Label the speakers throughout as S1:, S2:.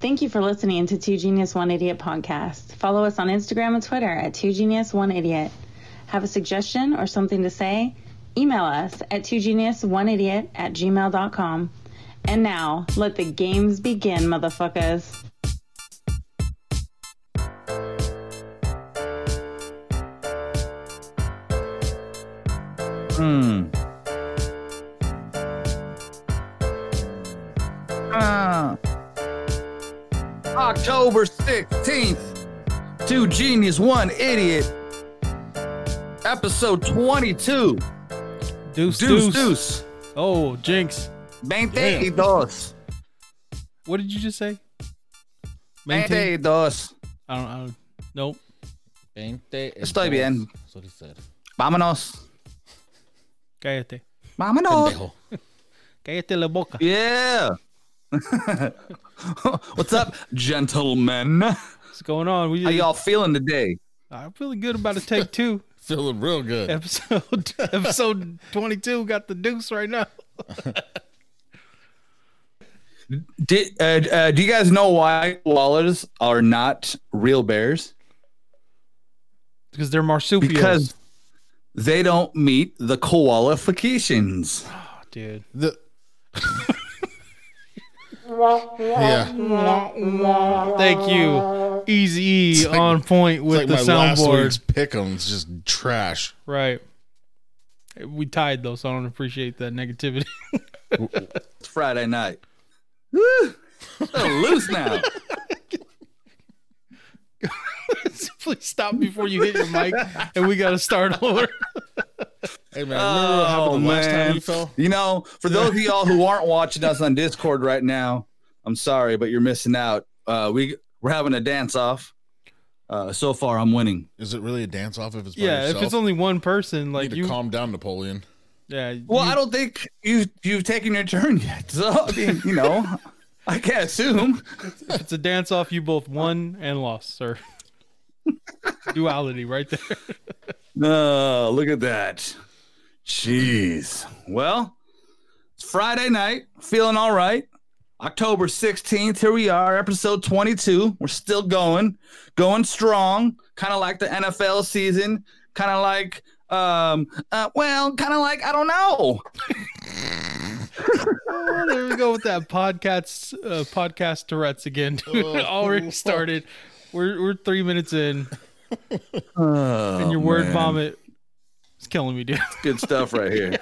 S1: Thank you for listening to Two Genius One Idiot podcast. Follow us on Instagram and Twitter at Two Genius One Idiot. Have a suggestion or something to say? Email us at Two Genius One Idiot at gmail.com. And now, let the games begin, motherfuckers.
S2: Hmm. Ah. October 16th, Two Genius, One Idiot, episode 22.
S3: Deuce,
S2: Deuce,
S3: deuce.
S2: deuce.
S3: Oh, Jinx.
S2: 22.
S3: What did you just say?
S2: 22.
S3: I don't, I don't. Nope.
S4: 20.
S2: Estoy bien.
S4: Eso dice,
S2: Vámonos.
S3: Cállate.
S2: Vámonos.
S4: Pendejo.
S3: Cállate la boca.
S2: Yeah. What's up, gentlemen? How
S3: What's going on? We
S2: y'all feeling today?
S3: I'm feeling good about a take two
S4: Feeling real good.
S3: episode. episode 22 got the deuce right now.
S2: Did, uh, uh, do you guys know why koalas are not real bears?
S3: Because they're marsupials.
S2: Because they don't meet the qualifications.
S3: oh, dude.
S4: The- yeah.
S3: Thank you. Easy E
S4: like-
S3: on point
S4: It's
S3: with
S4: like my
S3: the
S4: last
S3: soundboard.
S4: week's pick'em's just trash.
S3: Right. We tied though, so I don't appreciate that negativity.
S2: It's Friday night. Woo! So loose now.
S3: Please stop before you hit your mic and we got to start over.
S4: Hey man,
S2: Uh,
S4: remember what happened the last time you fell?
S2: Oh, You know, for those of y'all who aren't watching us on Discord right now, I'm sorry, but you're missing out. Uh, we we're having a dance off. Uh, so far, I'm winning.
S4: Is it really a dance off if it's by
S3: yeah,
S4: yourself?
S3: if it's only one person,
S4: you
S3: like
S4: need
S3: you,
S4: to calm down, Napoleon.
S3: yeah.
S2: Well,
S3: you-
S2: I don't think you you've taken your turn yet. So I mean, you know, I can't assume.
S3: It's a dance off. You both won and lost, sir. Duality right there.
S2: No, Oh, look at that. Jeez. Well, it's Friday night. Feeling all right. October 16th. Here we are, episode 22. We're still going, going strong. Kind of like the NFL season. Kind of like, um, uh, well, kind of like, I don't know.
S3: Oh, there we go with that podcast, uh, podcast Tourette's again. dude. Already started. We're, we're three minutes in,
S4: Oh,
S3: and your word
S2: Oh, man.
S3: vomit is killing me, dude.
S2: Good stuff right here.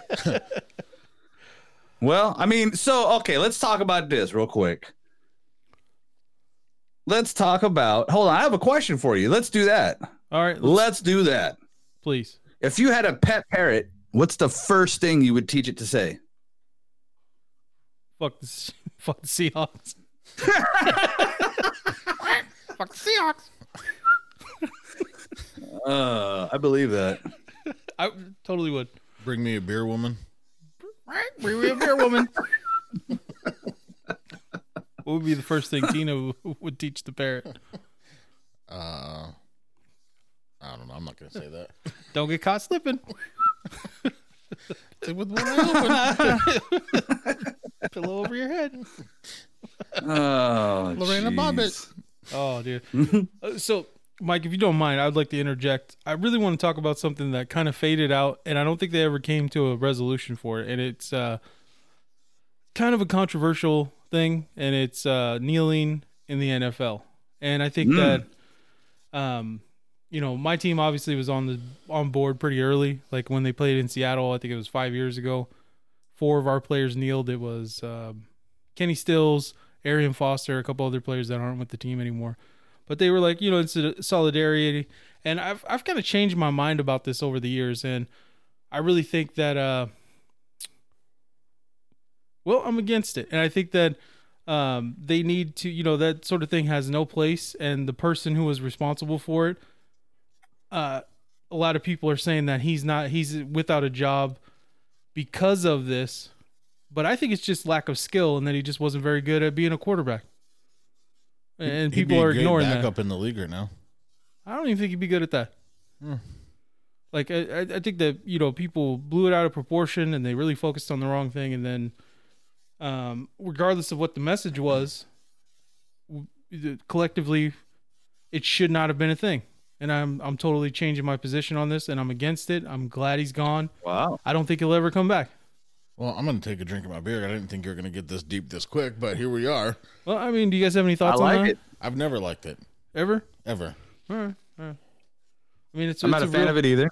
S2: well, I mean, so okay, let's talk about this real quick. Let's talk about. Hold on, I have a question for you. Let's do that.
S3: All right,
S2: Let's do that.
S3: please.
S2: If you had a pet parrot, what's the first thing you would teach it to say?
S3: Fuck the fuck the Seahawks.
S2: Uh, I believe that.
S3: I totally would.
S4: Bring me a beer, woman.
S3: Bring me a beer, woman. what would be the first thing Tina w- would teach the parrot?
S4: Uh, I don't know. I'm not gonna say that.
S3: Don't get caught slipping.
S4: With one eye open.
S3: Pillow over your head.
S2: Oh,
S4: Lorena
S2: jeez.
S4: Bobbitt.
S3: Oh, dude. Uh, so, Mike, if you don't mind, I'd like to interject. I really want to talk about something that kind of faded out, and I don't think they ever came to a resolution for it. And it's uh, kind of a controversial thing, and it's uh, kneeling in the NFL. And I think that, um, you know, my team obviously was on the on board pretty early. Like when they played in Seattle, I think it was five years ago. Four of our players kneeled. It was um, Kenny Stills, Arian Foster, a couple other players that aren't with the team anymore. But they were like, you know, it's a solidarity. And I've I've kind of changed my mind about this over the years, and I really think that uh, well, I'm against it, and I think that um, they need to, you know, that sort of thing has no place, and the person who was responsible for it, uh, a lot of people are saying that he's not, he's without a job because of this but I think it's just lack of skill and that he just wasn't very good at being a quarterback. And
S4: He'd be
S3: people
S4: a
S3: are
S4: great
S3: ignoring that.
S4: backup in the league right now.
S3: I don't even think he'd be good at that.
S4: Hmm.
S3: Like I, I- I think that you know people blew it out of proportion and they really focused on the wrong thing. And then, um, regardless of what the message was, w- collectively, it should not have been a thing. And I'm I'm totally changing my position on this, and I'm against it. I'm glad he's gone.
S2: Wow.
S3: I don't think he'll ever come back.
S4: Well, I'm going to take a drink of my beer. I didn't think you were going to get this deep this quick, but here we are.
S3: Well, I mean, do you guys have any
S2: I
S3: thoughts on
S2: like
S3: that?
S2: it.
S4: I've never liked it
S3: Ever?
S4: ever.
S3: All right, all right. I mean, it's
S2: I'm not a fan
S3: real-
S2: of it either.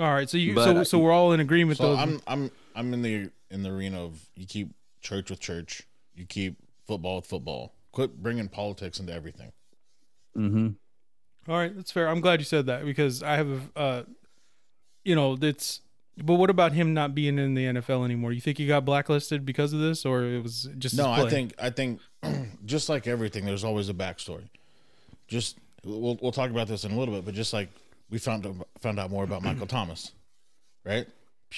S3: All right, so you
S2: But
S3: so
S2: I-
S3: so we're all in agreement
S4: So
S3: though.
S4: I'm I'm I'm in the in the arena of you keep church with church, you keep football with football. Quit bringing politics into everything.
S2: Mm-hmm.
S3: All right, that's fair. I'm glad you said that because I have, uh, you know, that's. But what about him not being in the NFL anymore? You think he got blacklisted because of this, or it was just his
S4: No, I
S3: play?
S4: think I think just like everything, there's always a backstory. Just we'll we'll talk about this in a little bit, but just like we found found out more about Michael Thomas, right?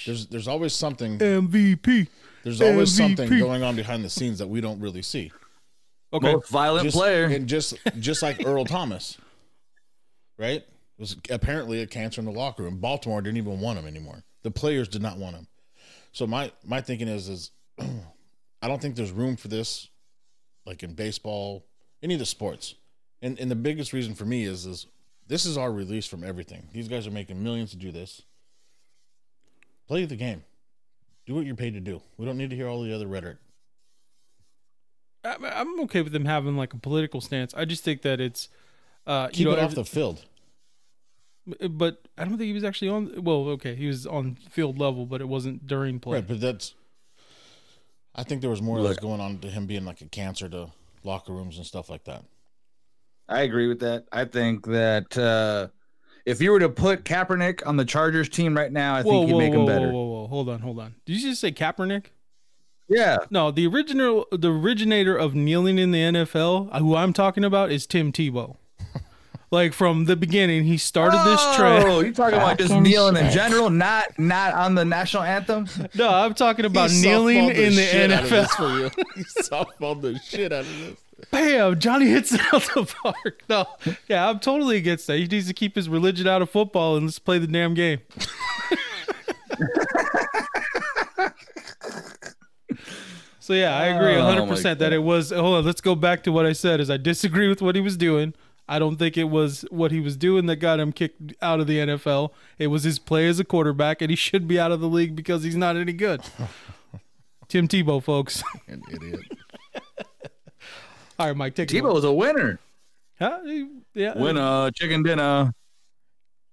S4: There's there's always something
S3: MVP.
S4: there's always something
S3: MVP.
S4: going on behind the scenes that we don't really see.
S3: Okay,
S2: Most violent
S4: Just,
S2: player.
S4: and just just like Earl Thomas, right? Was apparently a cancer in the locker room. Baltimore didn't even want him anymore. The players did not want him. So my my thinking is is I don't think there's room for this, like in baseball, any of the sports. And and the biggest reason for me is is this is our release from everything. These guys are making millions to do this. Play the game. Do what you're paid to do. We don't need to hear all the other rhetoric.
S3: I, I'm okay with him having like a political stance. I just think that it's, uh,
S4: Keep
S3: you know,
S4: it off the field.
S3: but I don't think he was actually on. Well, okay, he was on field level, but it wasn't during play.
S4: Right, but that's. I think there was more that was
S2: Look.
S4: going on to him being like a cancer to locker rooms and stuff like that.
S2: I agree with that. I think that uh, if you were to put Kaepernick on the Chargers team right now, I think
S3: whoa,
S2: he'd
S3: whoa,
S2: make
S3: whoa,
S2: them better.
S3: whoa, whoa, whoa! Hold on, hold on. Did you just say Kaepernick?
S2: Yeah.
S3: No, the original, the originator of kneeling in the NFL, uh, who I'm talking about, is Tim Tebow. like from the beginning, he started this
S2: Oh,
S3: trend.
S2: you talking about just
S1: Fucking
S2: kneeling in
S1: shit.
S2: general, not not on the national anthem?
S3: No, I'm talking about
S4: He
S3: kneeling
S4: softballed
S3: in the
S4: shit out of
S3: NFL.
S4: this for you. He softballed the shit out of this.
S3: Bam, Johnny hits it out the park. No, yeah, I'm totally against that. He needs to keep his religion out of football and let's play the damn game. so yeah, I agree
S2: Oh,
S3: 100
S2: my
S3: percent
S2: God.
S3: that it was. Hold on, let's go back to what I said. Is I disagree with what he was doing. I don't think it was what he was doing that got him kicked out of the NFL. It was his play as a quarterback, and he should be out of the league because he's not any good. Tim Tebow, folks.
S4: An idiot.
S3: All right, Mike, take it away.
S2: Tebow's a winner.
S3: Huh? Yeah.
S2: Winner, chicken dinner.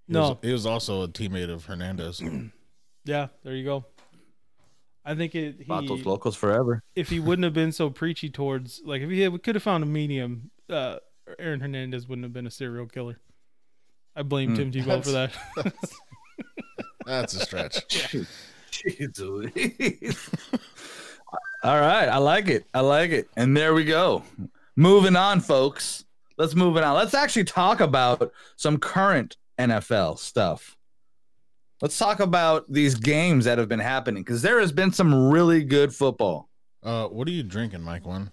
S4: He
S3: No.
S4: was, he was also a teammate of Hernandez.
S3: Yeah, there you go. I think it,
S2: Vatos
S3: he,
S2: locos forever.
S3: if he wouldn't have been so preachy towards, like, if he had, could have found a medium, uh, Aaron Hernandez wouldn't have been a serial killer. I blame Tim Tebow for that.
S4: That's a stretch.
S2: All right, I like it. I like it. And there we go. Moving on, folks. Let's move it on. Let's actually talk about some current NFL stuff. Let's talk about these games that have been happening because there has been some really good football.
S4: Uh, what are you drinking, Mike? One.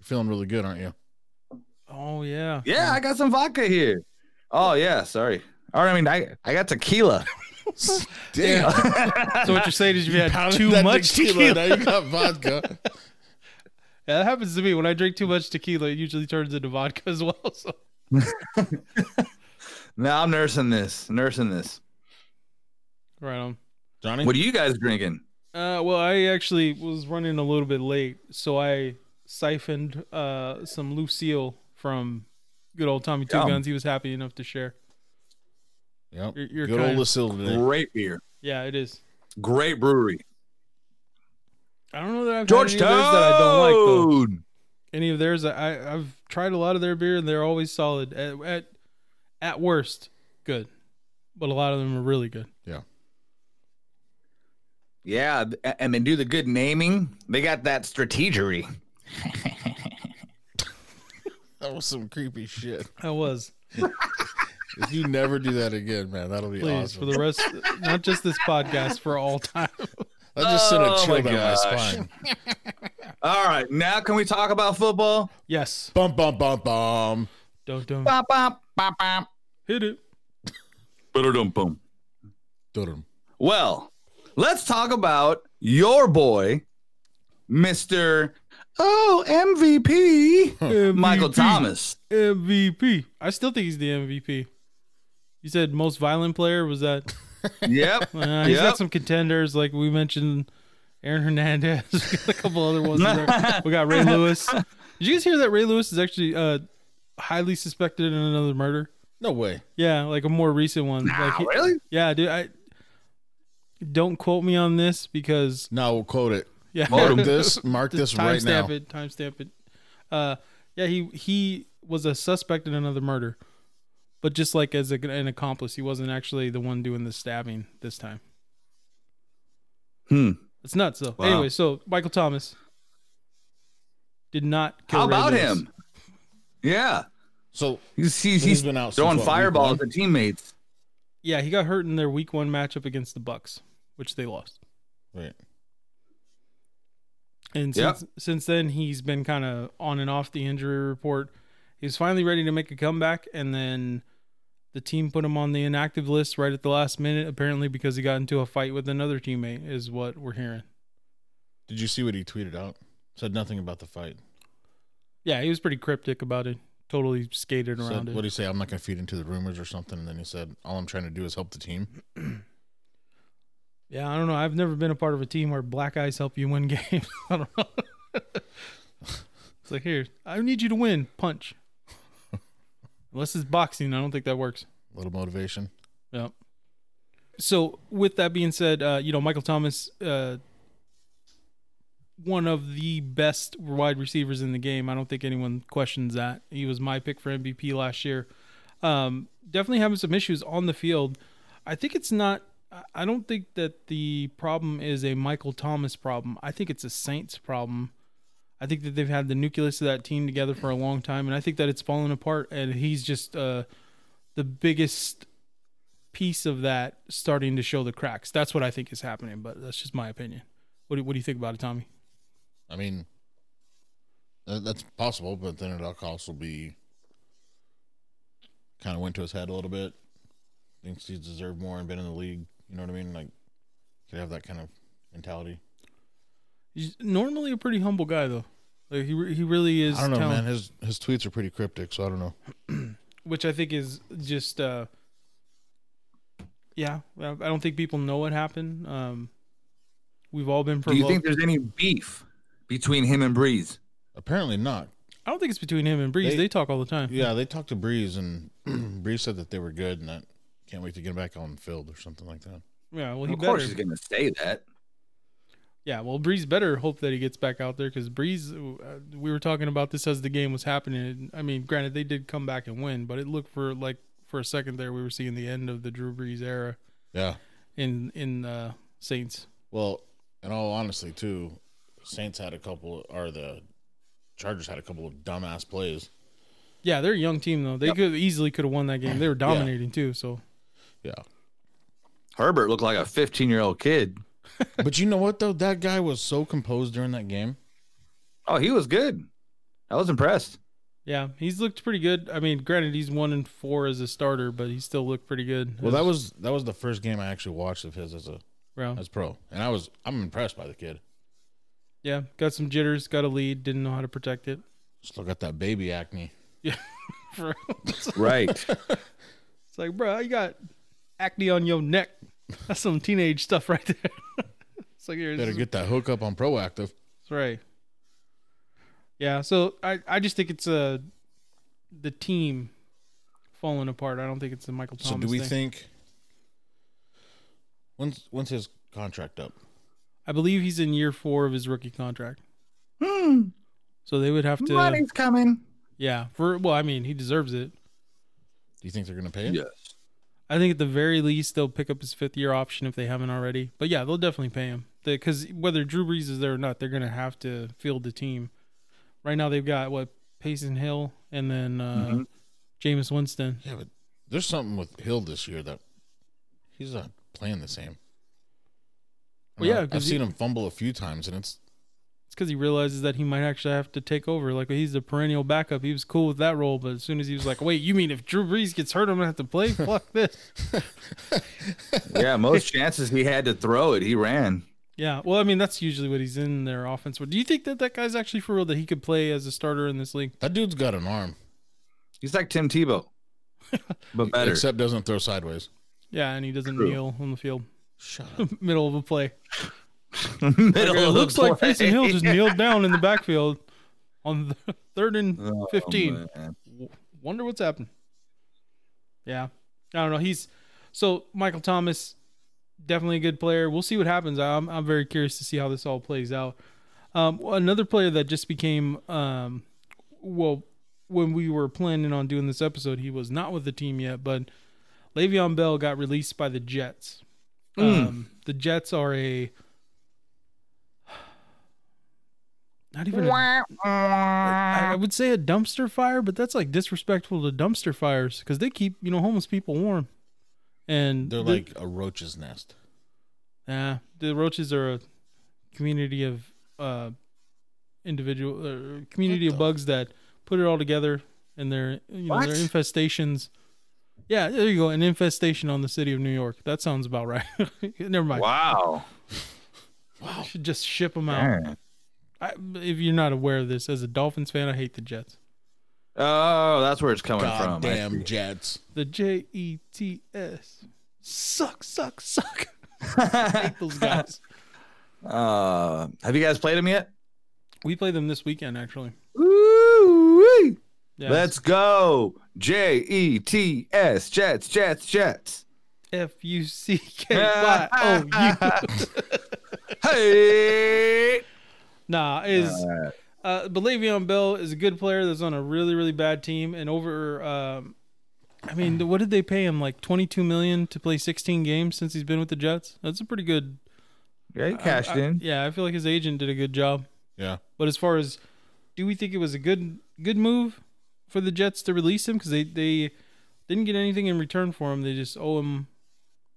S4: You're feeling really good, aren't you?
S3: oh, yeah.
S2: Yeah, I got some vodka here. Oh yeah, sorry. All right, I mean, I, I got tequila.
S4: Damn.
S3: So, what you're saying is you had
S4: Pounded
S3: too
S4: that uh,
S3: much tequila.
S4: Now you got vodka.
S3: Yeah, that happens to me. When I drink too much tequila, it usually turns into vodka as well. So,
S2: Now I'm nursing this, nursing this.
S3: right on.
S4: Johnny?
S2: What are you guys drinking?
S3: Uh, well, I actually was running a little bit late, so I siphoned uh, some Lucille from good old Tommy Two
S2: Yum.
S3: Guns. He was happy enough to share.
S4: yep.
S3: You're- you're
S4: good
S3: kind
S4: old
S3: of-
S4: Lucille today.
S2: Great beer,
S3: Yeah, it is.
S2: great brewery.
S3: I don't know that I've had any
S2: Georgetown.
S3: of theirs that I don't like though. Any of theirs, I, I I've tried a lot of their beer, and they're always solid. At at, at worst, good, but a lot of them are really good.
S2: Yeah, th- and they do the good naming. They got that strategery.
S4: That was some creepy shit.
S3: I was
S4: If you never do that again, man, that'll be
S3: please
S4: awesome.
S3: for the rest, not just this podcast, for all time.
S4: I just sent a
S2: Oh,
S4: chill
S2: my
S4: down my
S2: gosh.
S4: spine.
S2: All right, now can we talk about football?
S3: Yes,
S4: Bum bum bum bum.
S3: don't don't
S2: Bop, bop, bop, bop.
S3: hit it.
S2: Ba-da-dum-bum.
S4: Dudum.
S2: Well, let's talk about your boy, Mr. Oh, MVP.
S3: MVP.
S2: Michael Thomas.
S3: MVP. I still think he's the MVP. You said most violent player was that?
S2: Yep.
S3: Uh, he's
S2: Yep.
S3: got some contenders like we mentioned, Aaron Hernandez, We got a couple other ones. in there. We got Ray Lewis. Did you guys hear that Ray Lewis is actually uh, highly suspected in another murder?
S4: No way.
S3: Yeah, like a more recent one. like
S2: Ah,
S3: he-
S2: really?
S3: Yeah, dude. I don't quote me on this because
S4: No, we'll quote it.
S3: yeah,
S2: Mark
S4: Mark this. Mark this
S3: time
S4: right now.
S3: stamp it. Time stamp it. Uh, yeah, he he was a suspect in another murder, but just like as a, an accomplice, he wasn't actually the one doing the stabbing this time.
S2: Hmm.
S3: It's nuts. though.
S2: Wow.
S3: anyway, so Michael Thomas did not. Kill
S2: How
S3: Ray
S2: about
S3: Lewis.
S2: him? Yeah.
S4: So
S2: He's, he's,
S4: He's
S2: he's
S4: been out since,
S2: throwing
S4: what, week
S2: fireballs
S4: one?
S2: at teammates.
S3: Yeah, he got hurt in their Week One matchup against the Bucks, which they lost.
S4: right.
S3: And
S2: Yep.
S3: since since then, he's been kind of on and off the injury report. He was finally ready to make a comeback, and then the team put him on the inactive list right at the last minute, apparently because he got into a fight with another teammate, is what we're hearing.
S4: Did you see what he tweeted out? Said nothing about the fight.
S3: Yeah, he was pretty cryptic about it. Totally skated around
S4: Said, what
S3: it.
S4: do you say? I'm not going to feed into the rumors or something. And then he said, "All I'm trying to do is help the team."
S3: yeah, I don't know. I've never been a part of a team where black eyes help you win games. I don't know. it's like here, I need you to win. Punch. Unless it's boxing, I don't think that works.
S4: A little motivation.
S3: Yep. So with that being said, uh, you know Michael Thomas, uh, one of the best wide receivers in the game. I don't think anyone questions that. He was my pick for MVP last year. Um, definitely having some issues on the field. I think it's not. I- I don't think that the problem is a Michael Thomas problem. I think it's a Saints problem. I think that they've had the nucleus of that team together for a long time, and I think that it's fallen apart. And he's just uh, the biggest piece of that starting to show the cracks. That's what I think is happening, but that's just my opinion. What do, what do you think about it, Tommy?
S4: I mean, tha- that's possible, but then it'll also be kind of went to his head a little bit. Thinks he's deserved more and been in the league. You know what I mean? Like, could have that kind of mentality.
S3: He's normally a pretty humble guy, though. Like he re- he really is.
S4: I don't know,
S3: talented.
S4: man. His his tweets are pretty cryptic, so I don't know.
S3: which I think is just uh yeah, I I don't think people know what happened. Um we've all been
S2: Do
S3: provoked.
S2: you think there's any beef between him and Breeze?
S4: Apparently not.
S3: I don't think it's between him and Breeze. They,
S4: They-
S3: talk all the time.
S4: Yeah, they talked to Breeze, and Breeze said that they were good, and that can't wait to get him back on the field or something like that.
S3: Yeah, well he
S2: of
S3: better.
S2: course, he's going to say that.
S3: Yeah, well Breeze better hope that he gets back out there cuz Breeze uh, we were talking about this as the game was happening. I mean, granted they did come back and win, but it looked for like for a second there we were seeing the end of the Drew Brees era
S4: Yeah.
S3: in in uh Saints.
S4: Well, in all honesty, too, Saints had a couple, or the Chargers had a couple of dumbass plays.
S3: Yeah, they're a young team though. They could easily could have won that game. They were dominating too, so
S4: Yeah.
S2: Herbert looked like a 15 year old kid.
S4: but you know what though? That guy was so composed during that game.
S2: Oh, he was good. I was impressed.
S3: Yeah, he's looked pretty good. I mean, granted, he's one and four as a starter, but he still looked pretty good.
S4: Well,
S3: as-
S4: that was that was the first game I actually watched of his as a
S3: round.
S4: as pro, and I was I'm impressed by the kid.
S3: yeah, got some jitters, got a lead, didn't know how to protect it.
S4: Still got that baby acne.
S3: For- it's
S2: Right.
S3: like, bro, you got acne on your neck. That's some teenage stuff right there. it's like, here's
S4: Better get that hookup on proactive.
S3: That's right. Yeah, so I, I just think it's uh, the team falling apart. I don't think it's the Michael Thomas
S4: So do we
S3: thing.
S4: think when's when's his contract up?
S3: I believe he's in year four of his rookie contract. So they would have to.
S2: Hmm. Money's coming.
S3: Yeah, for well, I mean, he deserves it.
S4: Do you think they're gonna pay him?
S2: Yes.
S3: I think at the very least they'll pick up his fifth year option if they haven't already. But yeah, they'll definitely pay him because whether Drew Brees is there or not, they're gonna have to field the team. Right now they've got what Payson Hill and then uh, Jameis Winston.
S4: Yeah, but there's something with Hill this year that he's not playing the same. I
S3: Well,
S4: mean,
S3: yeah,
S4: I've
S3: 'cause
S4: seen him fumble a few times, and it's
S3: It's because he realizes that he might actually have to take over. Like he's the perennial backup. He was cool with that role, but as soon as he was like, "Wait, you mean if Drew Brees gets hurt, I'm gonna have to play?" Fuck this.
S2: Yeah, most chances he had to throw it, he ran.
S3: Yeah, well, I mean, that's usually what he's in their offense. for. do you think that that guy's actually for real that he could play as a starter in this league?
S4: That dude's got an arm,
S2: He's like Tim Tebow, but better.
S4: except doesn't throw sideways.
S3: Yeah, and he doesn't
S2: True.
S3: kneel on the field
S4: Shut up.
S3: middle of a play.
S2: Middle
S3: it
S2: of the
S3: looks like
S2: play.
S3: Taysom Hill just kneeled down in the backfield on the third and
S2: Oh,
S3: 15.
S2: man.
S3: W- Wonder what's happened. Yeah. I don't know. He's so Michael Thomas, definitely a good player. We'll see what happens. I'm, I'm very curious to see how this all plays out. Um, another player that just became, um, well, when we were planning on doing this episode, he was not with the team yet, but Le'Veon Bell got released by the Jets. Um, the Jets are a not even a I I would say a dumpster fire, but that's like disrespectful to dumpster fires because they keep you know homeless people warm, and
S4: They're like a roach's nest.
S3: nah, the roaches are a community of uh individual uh, community of bugs that put it all together and their you know
S2: What?
S3: their infestations. Yeah, there you go, an infestation on the city of New York. That sounds about right. Never mind.
S2: Wow.
S3: Should just ship them out.
S2: Man.
S3: I, if you're not aware of this, as a Dolphins fan, I hate the Jets.
S2: Oh, that's where it's coming from. I
S4: Goddamn Jets.
S3: The J E T S. Suck, suck, suck. Hate those guys.
S2: Uh, have you guys played him yet?
S3: We play them this weekend, actually.
S2: Woo-wee.
S3: Yeah,
S2: Let's go. J E T S Jets Jets Jets.
S3: F U C K Y O U.
S2: Hey.
S3: Nah, is uh, but Le'Veon Bell is a good player that's on a really really bad team and over. Um, I mean, what did they pay him? Like twenty two million to play sixteen games since he's been with the Jets. That's a pretty good.
S2: Yeah, you cashed
S3: I-
S2: in.
S3: yeah, I feel like his agent did a good job.
S4: Yeah.
S3: But as far as do we think it was a good good move for the Jets to release him because they they didn't get anything in return for him. They just owe him,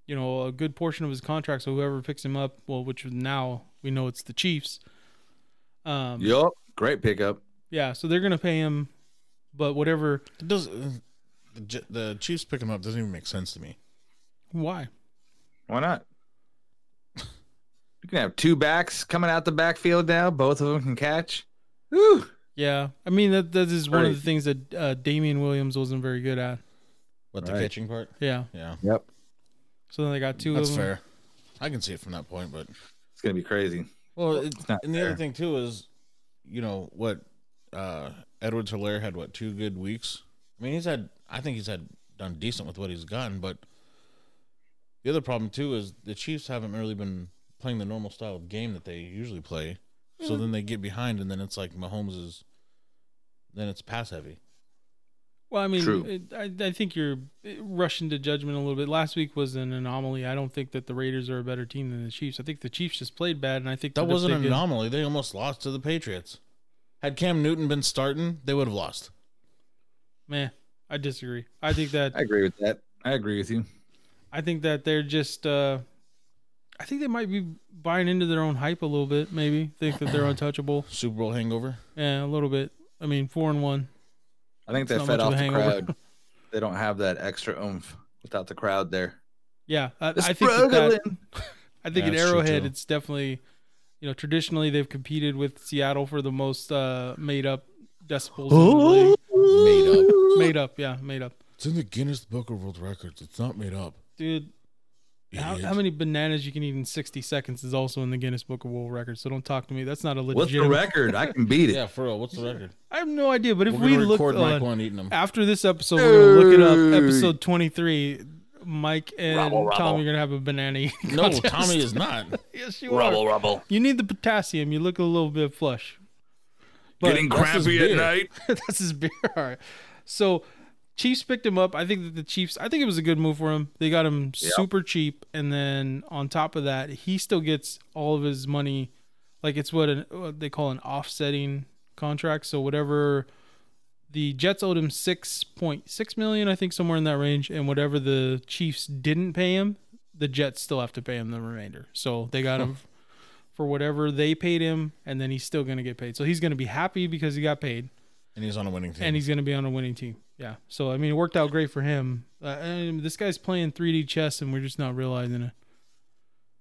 S3: you know, a good portion of his contract. So whoever picks him up, well, which now we know it's the Chiefs. Um,
S2: Yup. Great pickup.
S3: yeah, so they're gonna pay him, but whatever.
S4: It does uh, the, J- the Chiefs pick him up doesn't even make sense to me.
S3: Why?
S2: Why not? You can have two backs coming out the backfield now. Both of them can catch. Woo.
S3: Yeah, I mean that that is one of the
S2: Right.
S3: things that uh, Damian Williams wasn't very good at.
S4: What
S2: Right.
S4: the catching part?
S3: Yeah,
S4: Yeah,
S2: Yep.
S3: so then they got two
S4: that's
S3: of them.
S4: fair. I can see it from that point, but
S2: It's gonna be crazy.
S4: well,
S2: not
S4: and the other
S2: fair.
S4: thing too is, you know what? Uh, Edwards Hilaire had what two good weeks? I mean, he's had. I think he's had done decent with what he's gotten, but the other problem too is the Chiefs haven't really been playing the normal style of game that they usually play. So then they get behind, and then it's like Mahomes is. Then it's pass heavy.
S3: Well, I mean,
S2: True.
S3: it- I, I think you're uh, rushing to judgment a little bit. Last week was an anomaly. I don't think that the Raiders are a better team than the Chiefs. I think the Chiefs just played bad, and I think
S4: That
S3: if
S4: wasn't
S3: they
S4: an
S3: did-
S4: anomaly. They almost lost to the Patriots. Had Cam Newton been starting, they would have lost.
S3: Meh, I disagree. I think that
S2: I agree with that. I agree with you.
S3: I think that they're just. Uh, I think they might be buying into their own hype a little bit. Maybe think that they're untouchable.
S4: Super Bowl hangover.
S3: Yeah, a little bit. I mean, four and one.
S2: I think
S3: It's
S2: they
S3: not
S2: fed
S3: much of
S2: off
S3: a
S2: the
S3: hangover.
S2: crowd. They don't have that extra oomph without the crowd there.
S3: Yeah, I,
S2: It's
S3: I think that, that
S2: struggling.
S3: I think
S4: Yeah,
S3: at
S4: that's true,
S3: Arrowhead,
S4: too.
S3: it's definitely, you know, traditionally they've competed with Seattle for the most uh, made up decibels. In the league.
S4: Made up.
S3: Made up, yeah, made up.
S4: It's in the Guinness Book of World Records. It's not made up.
S3: Dude, how,
S4: Idiot.
S3: how many bananas you can eat in 60 seconds is also in the Guinness Book of World Records. So don't talk to me. That's not a
S2: What's
S3: legit.
S2: the record? I can beat it.
S4: Yeah, for real. What's the record?
S3: I have no idea, but if
S4: We're
S3: we
S4: gonna
S3: look
S4: record
S3: on,
S4: Michael and eating them.
S3: after this episode, we're gonna look it up.
S2: Dude.
S3: Episode 23, Mike and Tommy are gonna have a banana. eating
S4: No,
S3: contest.
S4: Tommy is not.
S3: yes, you are.
S2: rubble.
S3: You need the potassium. You look a little bit flush. But
S4: that's his beer.
S3: that's his beer. All right. So Chiefs picked him up. I think that the Chiefs. I think it was a good move for him. They got him super cheap, and then on top of that, he still gets all of his money. Like it's what, an, what they call an offsetting contract. So whatever the Jets owed him six point six million, I think somewhere in that range, and whatever the Chiefs didn't pay him, the Jets still have to pay him the remainder. So they got him for whatever they paid him, and then he's still going to get paid. So he's going to be happy because he got paid
S4: And he's on a winning team.
S3: and he's going to be on a winning team. Yeah. So I mean, it worked out great for him. Uh, and this guy's playing 3D chess, and we're just not realizing it.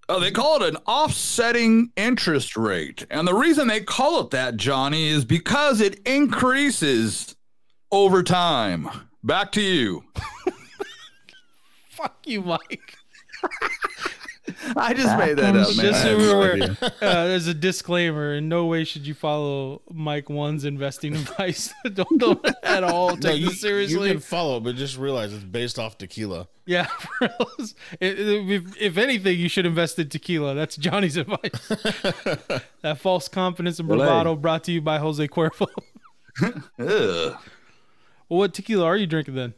S2: Oh, they call it an offsetting interest rate. And the reason they call it that, Johnny, is because it increases over time. Back to you.
S3: Fuck you, Mike.
S2: I just made that up,
S1: Just
S2: man.
S3: Just so
S2: I have no
S3: we're
S2: idea.
S3: aware, uh, there's a disclaimer. In no way should you follow Mike One's investing advice. don't, don't at all take
S4: No, you,
S3: this seriously.
S4: you can follow, but just realize it's based off tequila.
S3: yeah, for reals. It- it- if, if anything, you should invest in tequila. That's Johnny's advice. that false confidence and
S2: Well, hey.
S3: bravado brought to you by Jose Cuervo.
S2: Ugh.
S3: well, what tequila are you drinking then?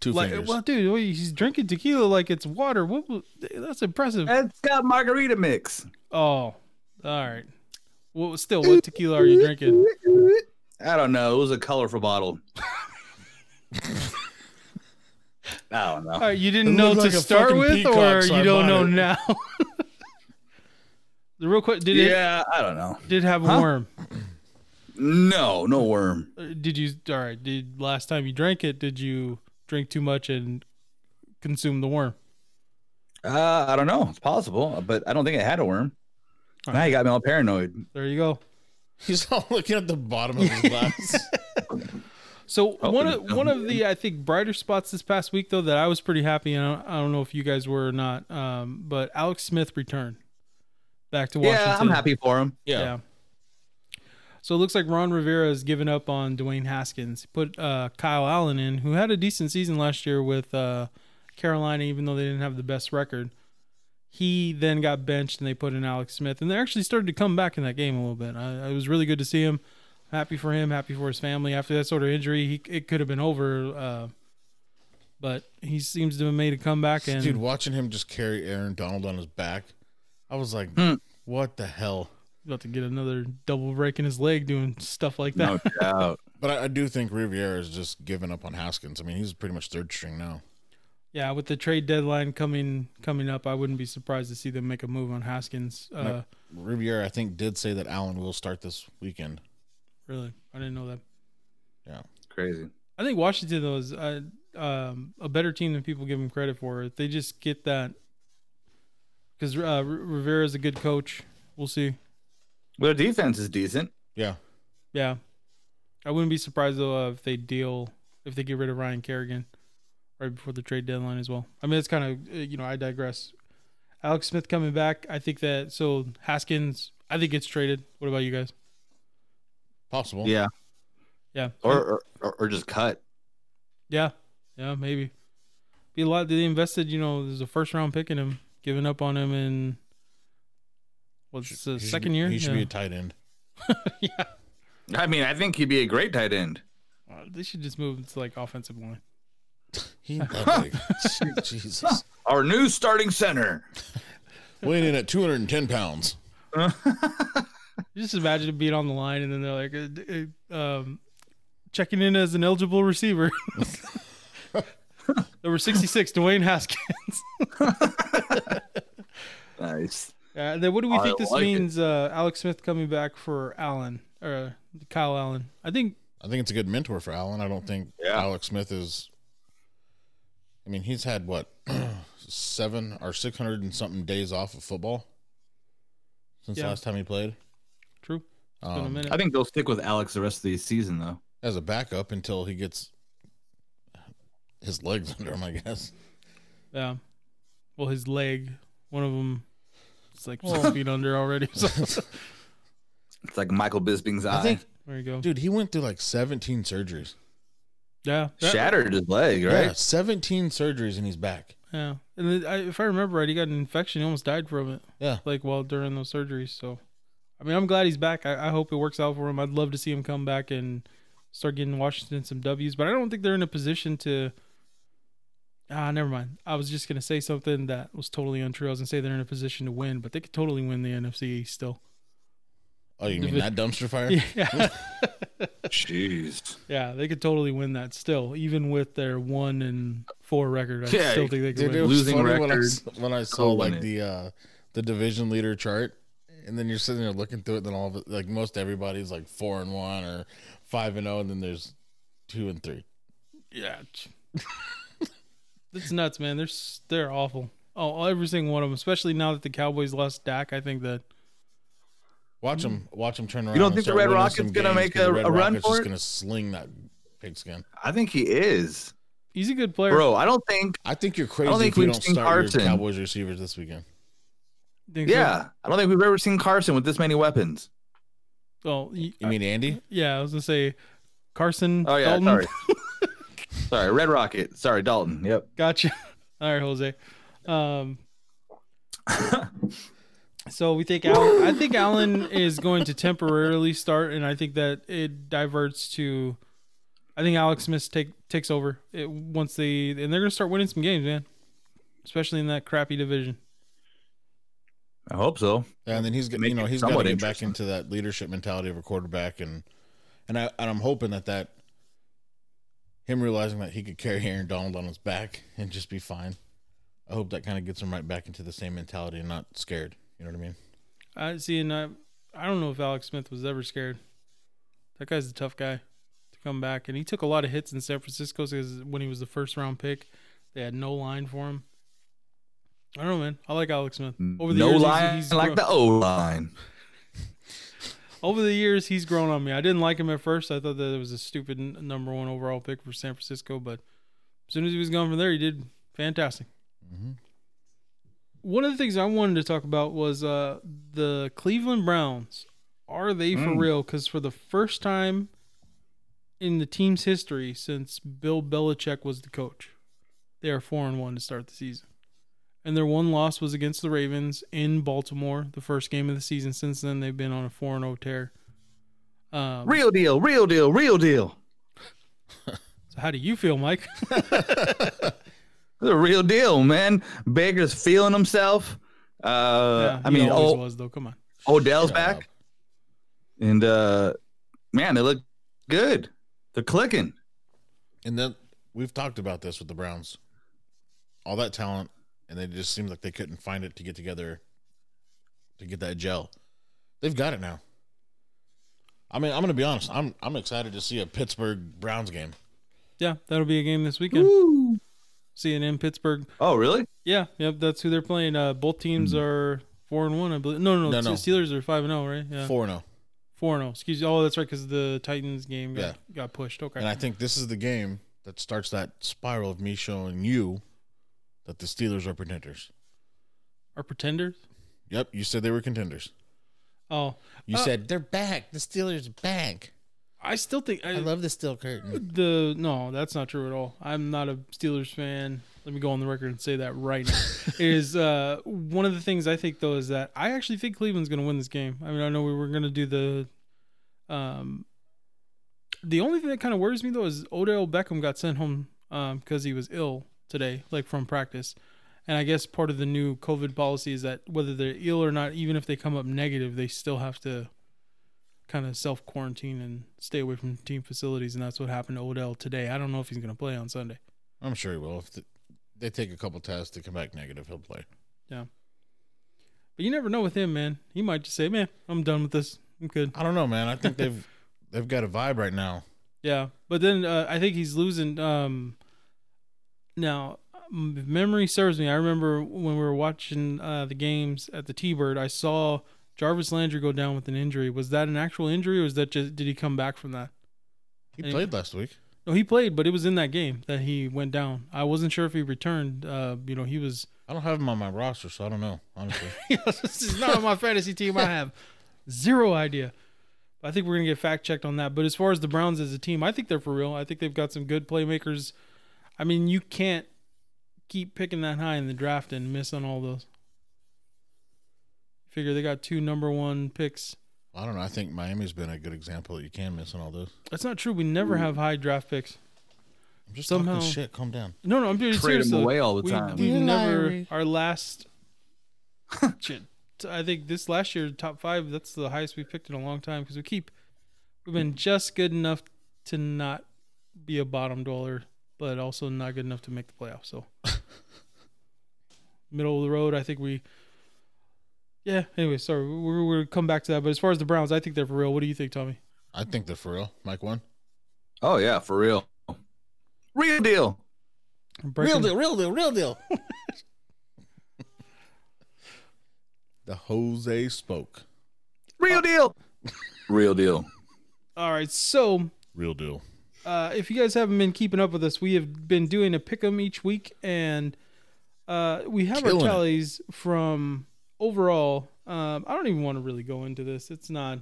S4: Two
S3: Like,
S4: fingers.
S3: well, dude, well, he's drinking tequila like it's water. What, wa- that's impressive.
S2: It's got margarita mix.
S3: Oh, all right. Well, still, what tequila are you drinking?
S2: I don't know. It was a colorful bottle. I don't know.
S3: All right, you didn't
S4: It
S3: know
S4: looked
S3: to
S4: like a
S3: start
S4: fucking
S3: with,
S4: peacock,
S3: or
S4: so
S3: you
S4: I
S3: don't know
S4: bought it.
S3: now. the real quick, did
S2: Yeah, I don't know.
S3: it did it have a
S2: Huh?
S3: worm?
S2: No, no worm.
S3: Uh, Did you all right? Did last time you drank it? Did you drink too much and consume the worm?
S2: Uh, I don't know. It's possible, but I don't think it had a worm. Now you got me all paranoid.
S3: There you go.
S4: He's all looking at the bottom of his glass.
S3: So
S2: Oh,
S3: one of
S2: yeah.
S3: one of the I think brighter spots this past week though that I was pretty happy and I don't, I don't know if you guys were or not, um, but Alex Smith returned back to Washington.
S2: Yeah, I'm happy for him.
S4: yeah.
S3: Yeah. So it looks like Ron Rivera has given up on Dwayne Haskins. He put uh, Kyle Allen in, who had a decent season last year with uh, Carolina, even though they didn't have the best record. He then got benched, and they put in Alex Smith, and they actually started to come back in that game a little bit. I, it was really good to see him. Happy for him. Happy for his family. After that sort of injury, he, it could have been over. Uh, but he seems to have made a comeback, and
S4: Dude, watching him just carry Aaron Donald on his back, I was like,
S3: Hmm.
S4: what the hell?
S3: about to get another double break in his leg doing stuff like that.
S2: No doubt.
S4: But I, I do think Riviera is just giving up on Haskins. I mean, he's pretty much third string now.
S3: Yeah, with the trade deadline coming coming up, I wouldn't be surprised to see them make a move on Haskins. Uh,
S4: Riviera, I think, did say that Allen will start this weekend.
S3: Really, I didn't know that.
S4: Yeah.
S2: Crazy.
S3: I think Washington though is uh, um, a better team than people give them credit for. If they just get that, because uh, R- Rivera's a good coach. We'll see.
S2: Well, their defense is decent.
S4: Yeah.
S3: Yeah, I wouldn't be surprised though uh, if they deal if they get rid of Ryan Kerrigan right before the trade deadline as well. I mean, it's kind of you know I digress. Alex Smith coming back. I think that so Haskins. I think gets traded. What about you guys?
S4: Possible.
S2: Yeah.
S3: Yeah.
S2: Or or, or just cut.
S3: yeah. Yeah, maybe. Be a lot they invested, you know, there's a first round pick in him, giving up on him in what's the
S4: He should
S3: second
S4: be-
S3: year?
S4: He should be
S3: yeah.
S4: a tight end.
S3: yeah.
S2: I mean, I think he'd be a great tight end.
S3: Uh, they should just move him to like offensive line.
S4: He ugly. Jesus.
S2: Our new starting center.
S4: Weighing in at 210 pounds.
S3: Just imagine being on the line and then they're like uh, d- uh, um checking in as an eligible receiver. Number sixty six, Dwayne Haskins.
S2: Nice.
S3: Yeah, and Uh, then what do we
S2: I
S3: think this
S2: like it.
S3: means? Uh, Alex Smith coming back for Allen or Kyle Allen. I think
S4: I think it's a good mentor for Allen. I don't think
S2: Yeah.
S4: Alex Smith is. I mean, he's had what seven or six hundred and something days off of football since
S3: Yeah.
S4: last time he played.
S3: true. It's been a
S4: Um,
S3: minute.
S2: I think they'll stick with Alex the rest of the season, though.
S4: as a backup until he gets his legs under him, I guess.
S3: Yeah. Well, his leg, one of them, it's like six feet under already. So
S2: It's like Michael Bisping's eye.
S4: I think,
S3: there you go.
S4: dude, he went through like seventeen surgeries.
S3: Yeah. that-
S2: Shattered his leg, right?
S4: Yeah, seventeen surgeries, and he's back.
S3: yeah. And then I, if I remember right, he got an infection. He almost died from it.
S4: Yeah.
S3: Like while during those surgeries. So, I mean, I'm glad he's back. I, I hope it works out for him. I'd love to see him come back and start getting Washington some W's, but I don't think they're in a position to. Ah, never mind. I was just gonna say something that was totally untrue. I was gonna say they're in a position to win, but they could totally win the NFC East still.
S4: Oh, you mean that dumpster fire?
S3: Yeah.
S2: Jeez.
S3: Yeah, they could totally win that still, even with their one and four record. I
S2: Yeah,
S3: still think they could
S4: Dude, it
S3: win.
S4: was
S2: Losing
S4: funny when I,
S2: record,
S4: s- when I saw
S2: colon
S4: like
S2: it.
S4: the uh the division leader chart, and then you're sitting there looking through it. Then all of it, like most everybody's like four and one or five and zero, and then there's two and three.
S3: yeah, it's nuts, man. They're s- they're awful. Oh, every single one of them. Especially now that the Cowboys lost Dak, I think that
S4: Watch him. Watch him turn around.
S2: don't
S4: and
S2: think the
S4: start
S2: Red
S4: winning
S2: Rockets
S4: some
S2: gonna
S4: games
S2: make
S4: 'cause the
S2: a-
S4: Red
S2: a run
S4: Rockets
S2: for
S4: just
S2: it?
S4: Gonna sling that pigskin.
S2: I think he is,
S3: he's a good player.
S2: bro. I don't think.
S4: I think you're crazy
S2: think
S4: if you
S2: we've
S4: don't
S2: seen
S4: start
S2: Carson.
S4: your Cowboys receivers this weekend.
S3: Think so?
S2: Yeah, I don't think we've ever seen Carson with this many weapons.
S3: Well, Oh, y-
S4: You mean Andy?
S3: yeah, I was gonna say Carson.
S2: Oh yeah,
S3: Dalton.
S2: sorry. sorry, Red Rocket. Sorry, Dalton. Yep.
S3: Gotcha. All right, Jose. Um, so we think Alan, I think Allen is going to temporarily start, and I think that it diverts to. I think Alex Smith take, takes over it, once they and they're going to start winning some games, man. Especially in that crappy division.
S2: I hope so.
S4: And then he's gonna,
S2: Make
S4: you know,
S2: it
S4: he's got to
S2: somewhat
S4: get back
S2: interesting.
S4: into that leadership mentality of a quarterback, and and I and I'm hoping that that him realizing that he could carry Aaron Donald on his back and just be fine. I hope that kind of gets him right back into the same mentality and not scared. You know what I mean?
S3: I see, and I, I don't know if Alex Smith was ever scared. That guy's a tough guy to come back, and he took a lot of hits in San Francisco because when he was the first round pick, they had no line for him. I don't know, man. I like Alex Smith. Over the
S2: Mm, no
S3: years,
S2: line
S3: he's, he's
S2: like
S3: grown,
S2: the O line.
S3: over the years he's grown on me. I didn't like him at first. I thought that it was a stupid n- number one overall pick for San Francisco, but as soon as he was gone from there, he did fantastic.
S2: Mm-hmm.
S3: One of the things I wanted to talk about was uh, the Cleveland Browns. Are they for real? Because for the first time in the team's history since Bill Belichick was the coach, they are four and one to start the season, and their one loss was against the Ravens in Baltimore, the first game of the season. Since then, they've been on a four and zero tear. Um,
S2: Real deal. Real deal. Real deal.
S3: so how do you feel, Mike?
S2: The real deal, man. Baker's feeling himself.
S3: Yeah,
S2: Uh, I
S3: he
S2: mean,
S3: always
S2: O-
S3: was though. Come on.
S2: Odell's
S4: Shut
S2: back,
S4: up.
S2: and uh, man, they look good. They're clicking.
S4: And then we've talked about this with the Browns. All that talent, and they just seemed like they couldn't find it to get together to get that gel. They've got it now. I mean, I'm gonna be honest. I'm I'm excited to see a Pittsburgh Browns game.
S3: Yeah, that'll be a game this weekend. See it in Pittsburgh.
S2: Oh, really?
S3: Yeah, yep, that's who they're playing. Uh, both teams are four and one, I believe. No, no, no.
S4: Hmm. No,
S3: the
S4: no.
S3: Steelers are five and zero, right? Yeah,
S4: Four and oh. zero.
S3: four and zero. Excuse me. Oh, that's right, because the Titans game got,
S4: Yeah.
S3: got pushed. Okay.
S4: And I think this is the game that starts that spiral of me showing you that the Steelers are pretenders.
S3: Our pretenders.
S4: Yep, you said they were contenders.
S3: Oh,
S4: You
S3: Uh,
S4: said they're back. The Steelers back.
S3: I still think I,
S4: I love the steel curtain.
S3: the no. That's not true at all. I'm not a Steelers fan. Let me go on the record and say that right now. is uh, one of the things I think though is that I actually think Cleveland's going to win this game. I mean, I know we were going to do the um the only thing that kind of worries me though is Odell Beckham got sent home because he was ill today, like from practice. And I guess part of the new COVID policy is that whether they're ill or not, even if they come up negative, they still have to kind of self quarantine and stay away from team facilities. And that's what happened to Odell today. I don't know if he's going to play on Sunday.
S4: I'm sure he will. If th they take a couple tests, they come back negative, he'll play.
S3: But you never know with him, man. He might just say, man, I'm done with this. I'm good.
S4: I don't know, man. I think they've they've got a vibe right now.
S3: Yeah, but then uh, I think he's losing. Um, now, um, if memory serves me, I remember when we were watching uh, the games at the T-Bird. I saw Jarvis Landry go down with an injury. Was that an actual injury, or was that just did he come back from that?
S4: He
S3: Hey.
S4: played last week.
S3: No, he played, but it was in that game that he went down. I wasn't sure if he returned. Uh, you know, he was.
S4: I don't have him on my roster, so I don't know. Honestly,
S3: this is not on my fantasy team. I have zero idea. I think we're gonna get fact checked on that. But as far as the Browns as a team, I think they're for real. I think they've got some good playmakers. I mean, you can't keep picking that high in the draft and miss on all those. Figure they got two number one picks.
S4: I don't know. I think Miami's been a good example that you can miss on all this.
S3: That's not true. We never have high draft picks.
S4: I'm just
S3: Somehow-
S4: talking shit. Calm down.
S3: No, no, I'm being
S2: Trade
S3: serious.
S2: them
S3: though.
S2: away all the
S3: we,
S2: time.
S3: We
S4: You
S3: never
S4: liar.
S3: our last. shit, I think this last year top five. That's the highest we've picked in a long time because we keep we've been just good enough to not be a bottom dweller, but also not good enough to make the playoffs. So middle of the road. I think we. Yeah. Anyway, sorry. we- We're we're come back to that. But as far as the Browns, I think they're for real. What do you think, Tommy?
S4: I think they're for real. Mike won.
S2: Oh yeah, for real. Real deal.
S3: I'm breaking-
S4: real deal, real deal. The Jose spoke.
S2: Real deal. Uh, Real deal.
S3: All right, so
S4: Real deal.
S3: uh, if you guys haven't been keeping up with us, we have been doing a pick 'em each week, and uh, we have
S4: Killing it.
S3: our tallies from overall. Um, I don't even want to really go into this. It's not.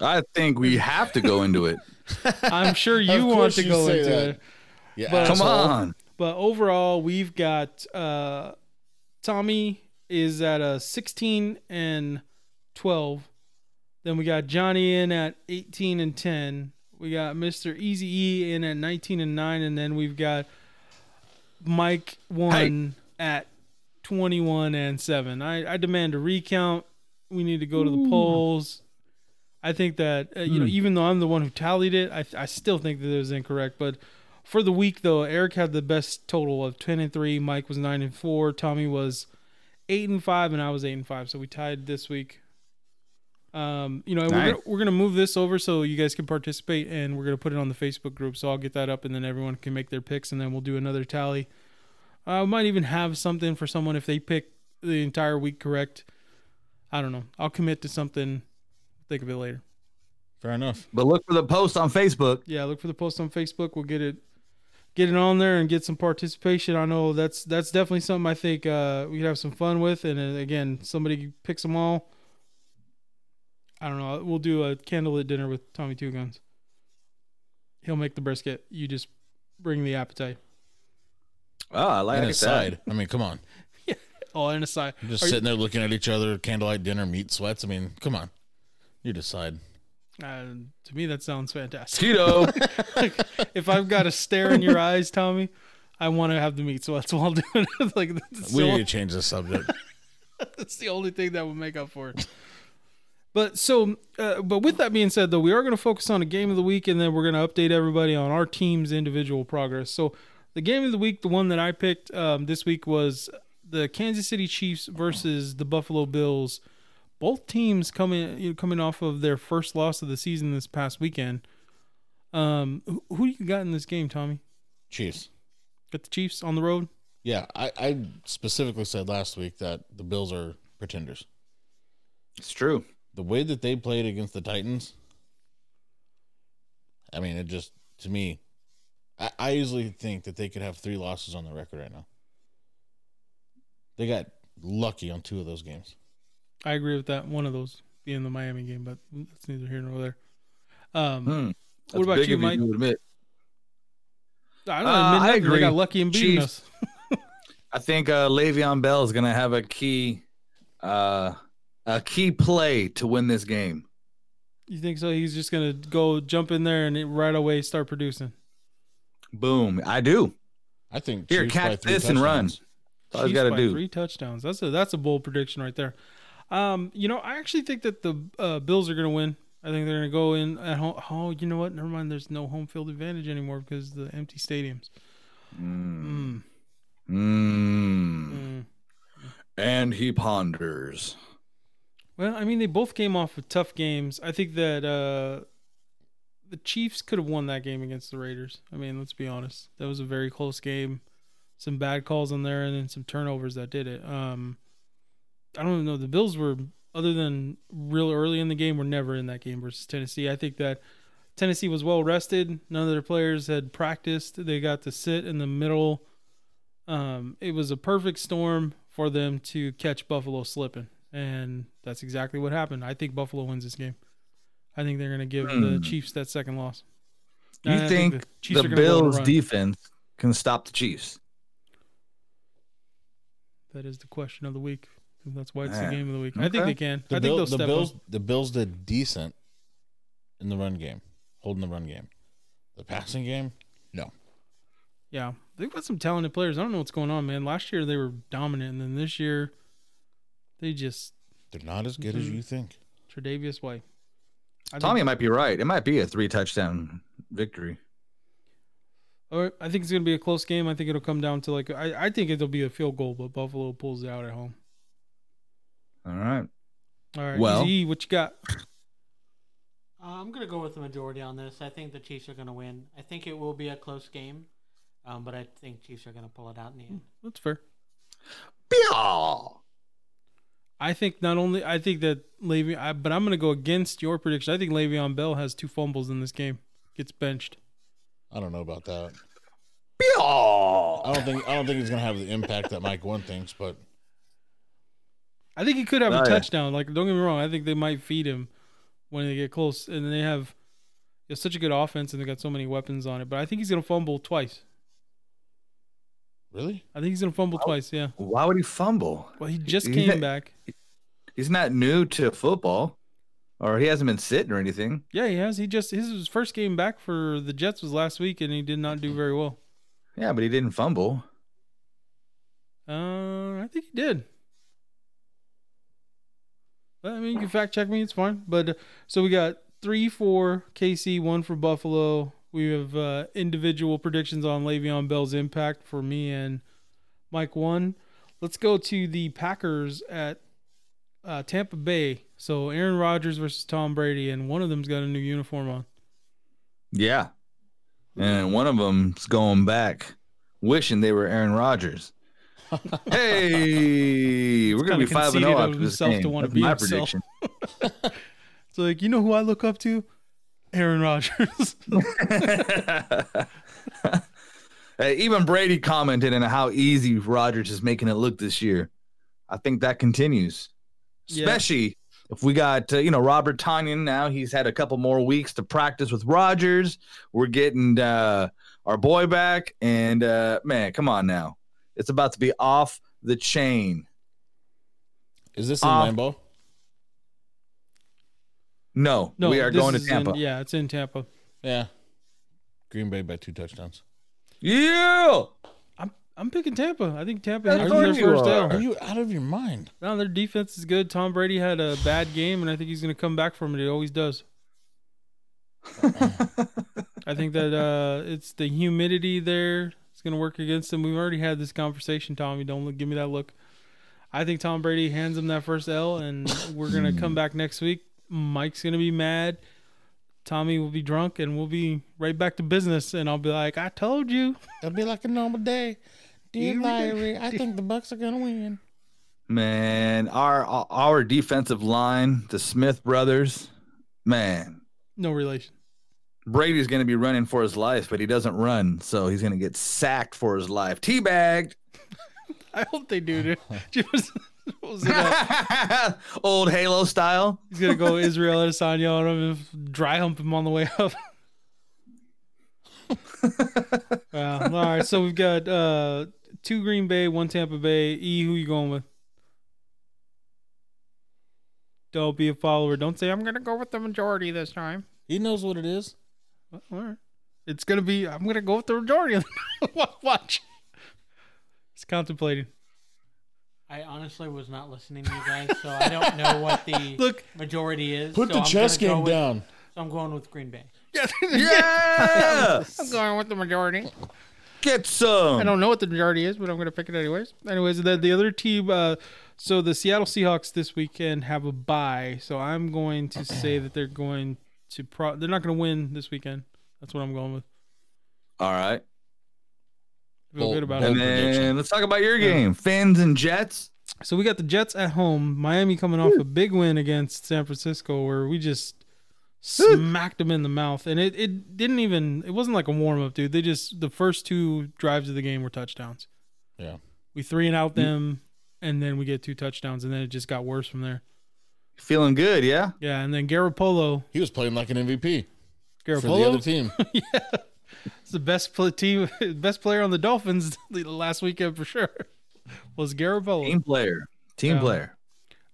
S2: I think we have to go into it.
S3: I'm sure
S4: Of
S3: you want
S4: course
S3: to
S4: you
S3: go
S4: say
S3: into
S4: that.
S3: it.
S4: Yeah.
S3: But-
S2: Come
S4: asshole.
S2: on.
S3: But overall, we've got uh, Tommy is at a 16 and 12. Then we got Johnny in at 18 and 10. We got Mr. Easy E in at 19 and 9. And then we've got Mike 1 at 21 and 7. I, I demand a recount. We need to go to the polls. I think that, uh, you know, even though I'm the one who tallied it, I, I still think that it was incorrect. But for the week, though, Eric had the best total of 10 and 3. Mike was 9 and 4. Tommy was 8 and 5. And I was 8 and 5. So we tied this week. Um, you know, and
S2: Nice.
S3: we're, gonna, we're gonna move this over so you guys can participate, and we're gonna put it on the Facebook group. So I'll get that up, and then everyone can make their picks, and then we'll do another tally. I might even have something for someone if they pick the entire week correct. I don't know. I'll commit to something. Think of it later.
S4: Fair enough.
S2: But look for the post on Facebook.
S3: Yeah, look for the post on Facebook. We'll get it, get it on there and get some participation. I know that's that's definitely something I think uh, we could have some fun with. And uh, again, somebody picks them all. I don't know. We'll do a candlelit dinner with Tommy Two Guns. He'll make the brisket. You just bring the appetite.
S2: Oh, I like
S4: And
S2: that.
S4: aside, I mean, come on.
S3: Oh, and aside,
S4: You're just
S3: Are you-
S4: sitting there looking at each other, candlelight dinner, meat sweats. I mean, come on. You decide.
S3: uh, to me that sounds fantastic.
S2: Tito.
S3: if I've got a stare in your eyes, Tommy, I want to have the meat. So that's what I'll do. It's like that's the,
S4: We need to
S3: only,
S4: change the subject.
S3: that's the only thing that would make up for it. But so, uh, but with that being said, though, we are going to focus on a game of the week, and then we're going to update everybody on our team's individual progress. So, the game of the week, the one that I picked um, this week was the Kansas City Chiefs versus the Buffalo Bills. Both teams coming you know, coming off of their first loss of the season this past weekend. Um, who, who you got in this game, Tommy?
S4: Chiefs.
S3: Got the Chiefs on the road.
S4: Yeah, I, I specifically said last week that the Bills are pretenders.
S2: it's true.
S4: The way that they played against the Titans, I mean, it just to me, I, I usually think that they could have three losses on the record right now. They got lucky on two of those games.
S3: I agree with that. One of those being the Miami game, but that's neither here nor there. Um,
S2: Hmm.
S3: What
S2: That's
S3: about
S2: big
S3: you,
S2: of
S3: Mike?
S2: to admit.
S3: I don't
S2: Uh,
S3: admit
S2: I
S3: nothing. They
S2: agree.
S3: got lucky in beating
S2: Chiefs.
S3: us.
S2: I think uh, Le'Veon Bell is going to have a key, uh, a key play to win this game.
S3: You think so? He's just gonna go jump in there and it- right away start producing.
S2: Boom! I do.
S4: I think
S2: Here,
S4: Chiefs by
S2: catch
S4: three
S2: this and run.
S4: touchdowns.
S2: That's all he's
S3: Chiefs
S2: got to
S3: by
S2: do.
S3: Three touchdowns. That's a that's a bold prediction right there. Um, you know, I actually think that the uh, Bills are gonna win. I think they're gonna go in at home. Oh, you know what? Never mind. There's no home field advantage anymore because the empty stadiums. Mm.
S2: Mm.
S3: Mm.
S2: And he ponders.
S3: Well, I mean, they both came off of tough games. I think that uh, the Chiefs could have won that game against the Raiders. I mean, let's be honest. That was a very close game. Some bad calls on there and then some turnovers that did it. Um, I don't even know. The Bills were, other than real early in the game, were never in that game versus Tennessee. I think that Tennessee was well rested. None of their players had practiced. They got to sit in the middle. Um, it was a perfect storm for them to catch Buffalo slipping, and that's exactly what happened. I think Buffalo wins this game. I think they're going to give the
S2: Hmm.
S3: Chiefs that second loss.
S2: You
S3: And I
S2: think,
S3: Chiefs
S2: the
S3: are gonna go on a
S2: Bills'
S3: run.
S2: defense can stop the Chiefs?
S3: That is the question of the week. That's why it's
S2: Yeah.
S3: the game of the week. I think
S2: Okay.
S3: they can.
S4: The,
S3: I think
S4: Bill-
S3: they'll
S4: the
S3: step
S4: Bills.
S3: up.
S4: The Bills did decent in the run game, holding the run game. The passing game, no.
S3: Yeah, they've got some talented players. I don't know what's going on, man. Last year they were dominant, and then this year they just
S4: They're not as good as
S3: Mhm.
S4: you think.
S3: Tre'Davious White. I
S2: Tommy
S3: think,
S2: might be right. It might be a three touchdown victory.
S3: or Oh, I think it's gonna be a close game. I think it'll come down to like I, I think it'll be a field goal, but Buffalo pulls it out at home.
S2: All right.
S3: All right,
S2: Well-
S3: Eazy-E, what you got?
S5: Uh, I'm going to go with the majority on this. I think the Chiefs are going to win. I think it will be a close game, um, but I think Chiefs are going to pull it out in the end.
S3: That's fair.
S2: Pew!
S3: I think not only I think that Le'Veon, I, but I'm going to go against your prediction. I think Le'Veon Bell has two fumbles in this game, gets benched.
S4: I don't know about that.
S2: Beaw!
S3: Uh,
S4: I don't think I don't think it's gonna have the impact that Mike One thinks, but
S3: I think he could have
S2: Oh,
S3: a
S2: yeah.
S3: touchdown. Like, don't get me wrong. I think they might feed him when they get close, and then they have it's such a good offense, and they got so many weapons on it. But I think he's gonna fumble twice.
S4: really?
S3: I think he's gonna fumble twice. Yeah.
S2: Why would he fumble?
S3: Well, he just
S2: He-
S3: came back.
S2: He's not new to football, or he hasn't been sitting or anything.
S3: Yeah, he has. He just his first game back for the Jets was last week, and he did not
S2: Mm-hmm.
S3: do very well.
S2: Yeah, but he didn't fumble.
S3: Uh, I think he did. But, I mean, you can fact check me. It's fine. But uh, so we got three for KC, one for Buffalo. We have uh, individual predictions on Le'Veon Bell's impact for me and Mike. One. Let's go to the Packers at uh, Tampa Bay. So Aaron Rodgers versus Tom Brady, and one of them's got a new uniform on.
S2: Yeah. And one of them's going back, wishing they were Aaron Rodgers. hey, we're gonna
S3: kinda
S2: be five and
S3: conceited
S2: zero
S3: of
S2: after this
S3: himself to
S2: game.
S3: wanna
S2: That's
S3: be
S2: my
S3: himself.
S2: prediction.
S3: So like, you know who I look up to? Aaron Rodgers.
S2: Hey, even Brady commented on how easy Rodgers is making it look this year. I think that continues,
S3: Yeah.
S2: especially if we got uh, you know Robert Tanyan now. He's had a couple more weeks to practice with Rodgers. We're getting uh, our boy back, and uh, man, come on now, it's about to be off the chain.
S4: Is this in
S2: Uh,
S4: Lambeau?
S2: No,
S3: No,
S2: we are
S3: this
S2: going to
S3: is
S2: Tampa.
S3: In, yeah, it's in Tampa.
S4: Yeah. Green Bay by two touchdowns.
S2: yeah.
S3: I'm I'm picking Tampa. I think Tampa
S2: Of
S3: handles their
S2: course you
S3: first
S2: are.
S4: Are
S3: L.
S4: you out of your mind?
S3: No, their defense is good. Tom Brady had a bad game, and I think he's going to come back from it. He always does. I think that uh, it's the humidity there. It's going to work against him. We've already had this conversation, Tommy. Don't look, give me that look. I think Tom Brady hands him that first L, and we're going to come back next week. Mike's going to be mad. Tommy will be drunk, and we'll be right back to business. And I'll be like, I told you.
S4: It'll be like a normal day. Dear Larry, I think the Bucks are gonna win.
S2: Man, our our defensive line, the Smith brothers, man,
S3: No relation.
S2: Brady's going to be running for his life, but he doesn't run, so he's going to get sacked for his life. Teabagged.
S3: I hope they do, dude. Just- what was it, uh,
S2: Old Halo style.
S3: He's gonna go Israel Adesanya on him and dry hump him on the way up. wow. All right, so we've got uh two Green Bay, one Tampa Bay. E, who you going with? Don't be a follower. Don't say I'm gonna go with the majority this time.
S4: He knows what it is.
S3: Well, All right. It's gonna be I'm gonna go with the majority of the watch. He's contemplating.
S5: I honestly was not listening to you guys, so I don't know what the
S3: Look.
S5: majority is.
S4: Put
S5: so
S4: the
S5: I'm
S4: chess
S5: gonna go
S4: game
S5: with-
S4: down.
S5: So I'm going with Green Bay.
S2: Yeah.
S3: I'm going with the majority.
S2: Get some.
S3: I don't know what the majority is, but I'm going to pick it anyways. Anyways, the, the other team, uh, so the Seattle Seahawks this weekend have a bye. So I'm going to say that they're going to pro. They're not going to win this weekend. That's what I'm going with.
S2: All right.
S3: I feel
S4: Bold-
S3: good about
S2: And
S3: it.
S4: bold. prediction.
S2: then let's talk about your game. Fins and Jets.
S3: So we got the Jets at home. Miami coming off a big win against San Francisco, where we just smacked them in the mouth, and it, it didn't even. It wasn't like a warm up, dude. They just the first two drives of the game were touchdowns.
S4: Yeah.
S3: We three and out them, and then we get two touchdowns, and then it just got worse from there.
S2: Feeling good, yeah?
S3: Yeah, and then Garoppolo,
S4: He was playing like an MVP for the other
S3: Garoppolo
S4: team.
S3: is the best play team, best player on the Dolphins the last weekend for sure. Was Garoppolo,
S2: Team player. Team
S3: Yeah.
S2: player.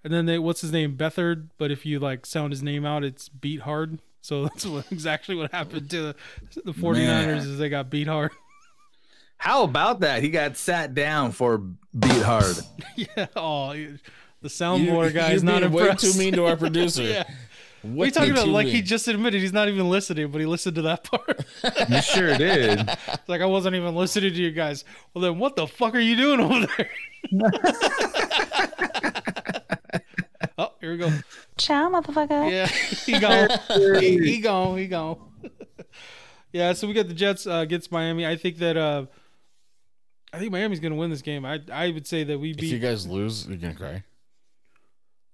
S3: and then they what's his name Bethard, but if you like sound his name out, it's beat hard. So that's what, exactly what happened to the 49ers
S2: Man.
S3: is they got beat hard.
S2: How about that? He got sat down for beat hard.
S3: yeah, oh, you- the
S4: You-
S3: soundboard guy
S4: you're
S3: is not
S4: being
S3: impressed.
S4: way too mean to our producer.
S3: yeah,
S4: What
S3: we talking
S4: did
S3: about
S4: you
S3: like he
S4: mean?
S3: just admitted he's not even listening, but he listened to that part.
S2: you sure did.
S3: It's like I wasn't even listening to you guys. Well, then what the fuck are you doing over there? oh, here we go.
S1: Ciao, motherfucker.
S3: Yeah, he gone. he, he gone. He gone. yeah, so we got the Jets uh, against Miami. I think that uh, I think Miami's gonna win this game. I I would say that we
S4: If you
S3: beat.
S4: guys lose, you're gonna cry.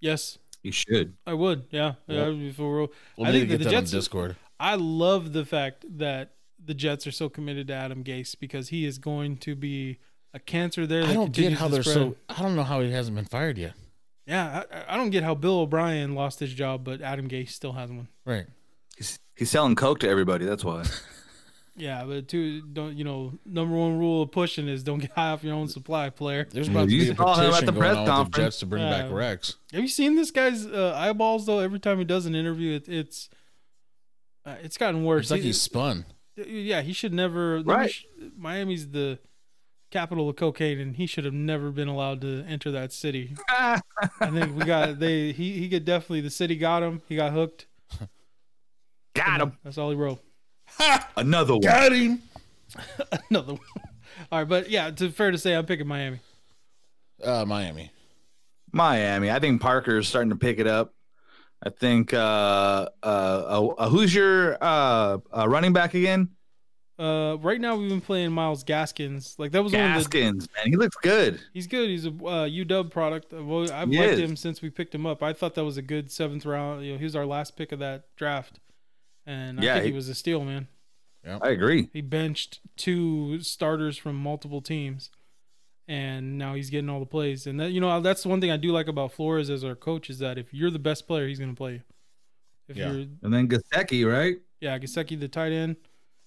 S3: Yes,
S2: You should.
S3: I would. Yeah, yeah. if we were-
S4: We'll
S3: I
S4: need to
S3: think that
S4: get
S3: the
S4: that on
S3: Jets.
S4: Discord.
S3: I love the fact that the Jets are so committed to Adam Gase because he is going to be a cancer there.
S4: I
S3: that
S4: don't get
S3: continues
S4: how
S3: to
S4: they're
S3: spread.
S4: so. I don't know how he hasn't been fired yet.
S3: Yeah, I- I, I don't get how Bill O'Brien lost his job, but Adam Gase still has one.
S4: Right.
S2: He's, he's selling coke to everybody. That's why.
S3: Yeah, but two don't you know? Number one rule of pushing is don't get high off your own supply, player.
S4: There's about
S2: You
S4: to be a
S2: saw him at
S4: petition
S2: the
S4: going
S2: press
S4: on with the
S2: conference.
S4: Jets to bring back
S3: Mm-hmm. Yeah.
S4: Rex.
S3: Have you seen this guy's uh, eyeballs though? Every time he does an interview, it, it's uh, it's gotten worse.
S4: It's like
S3: He- uh,
S4: he's spun.
S3: yeah, he should never.
S2: Right.
S3: Miami's the capital of cocaine, and he should have never been allowed to enter that city. I think we got they. He he could definitely the city got him. He got hooked.
S2: Got him.
S3: That's all he wrote.
S2: Another one.
S4: Got him.
S3: Another one. All right, but yeah, to fair to say, I'm picking Miami.
S4: Uh, Miami.
S2: Miami. I think Parker is starting to pick it up. I think uh, uh, uh, uh, who's your uh, uh, running back again?
S3: Uh, right now we've been playing Miles Gaskins. Like that was one of the
S2: Gaskins, man. He looks good.
S3: He's good. He's a uh, UW product. I've, always, I've
S2: He
S3: liked
S2: is.
S3: him since we picked him up. I thought that was a good seventh round. You know, he was our last pick of that draft, and I
S2: Yeah,
S3: think he,
S2: he-
S3: was a steal, man.
S2: I agree.
S3: He benched two starters from multiple teams, and now he's getting all the plays. And that you know that's the one thing I do like about Flores as our coach is that if you're the best player, he's going to play you. If
S4: Yeah.
S3: you're
S2: And then Gasecki, right?
S3: yeah, Gasecki, the tight end,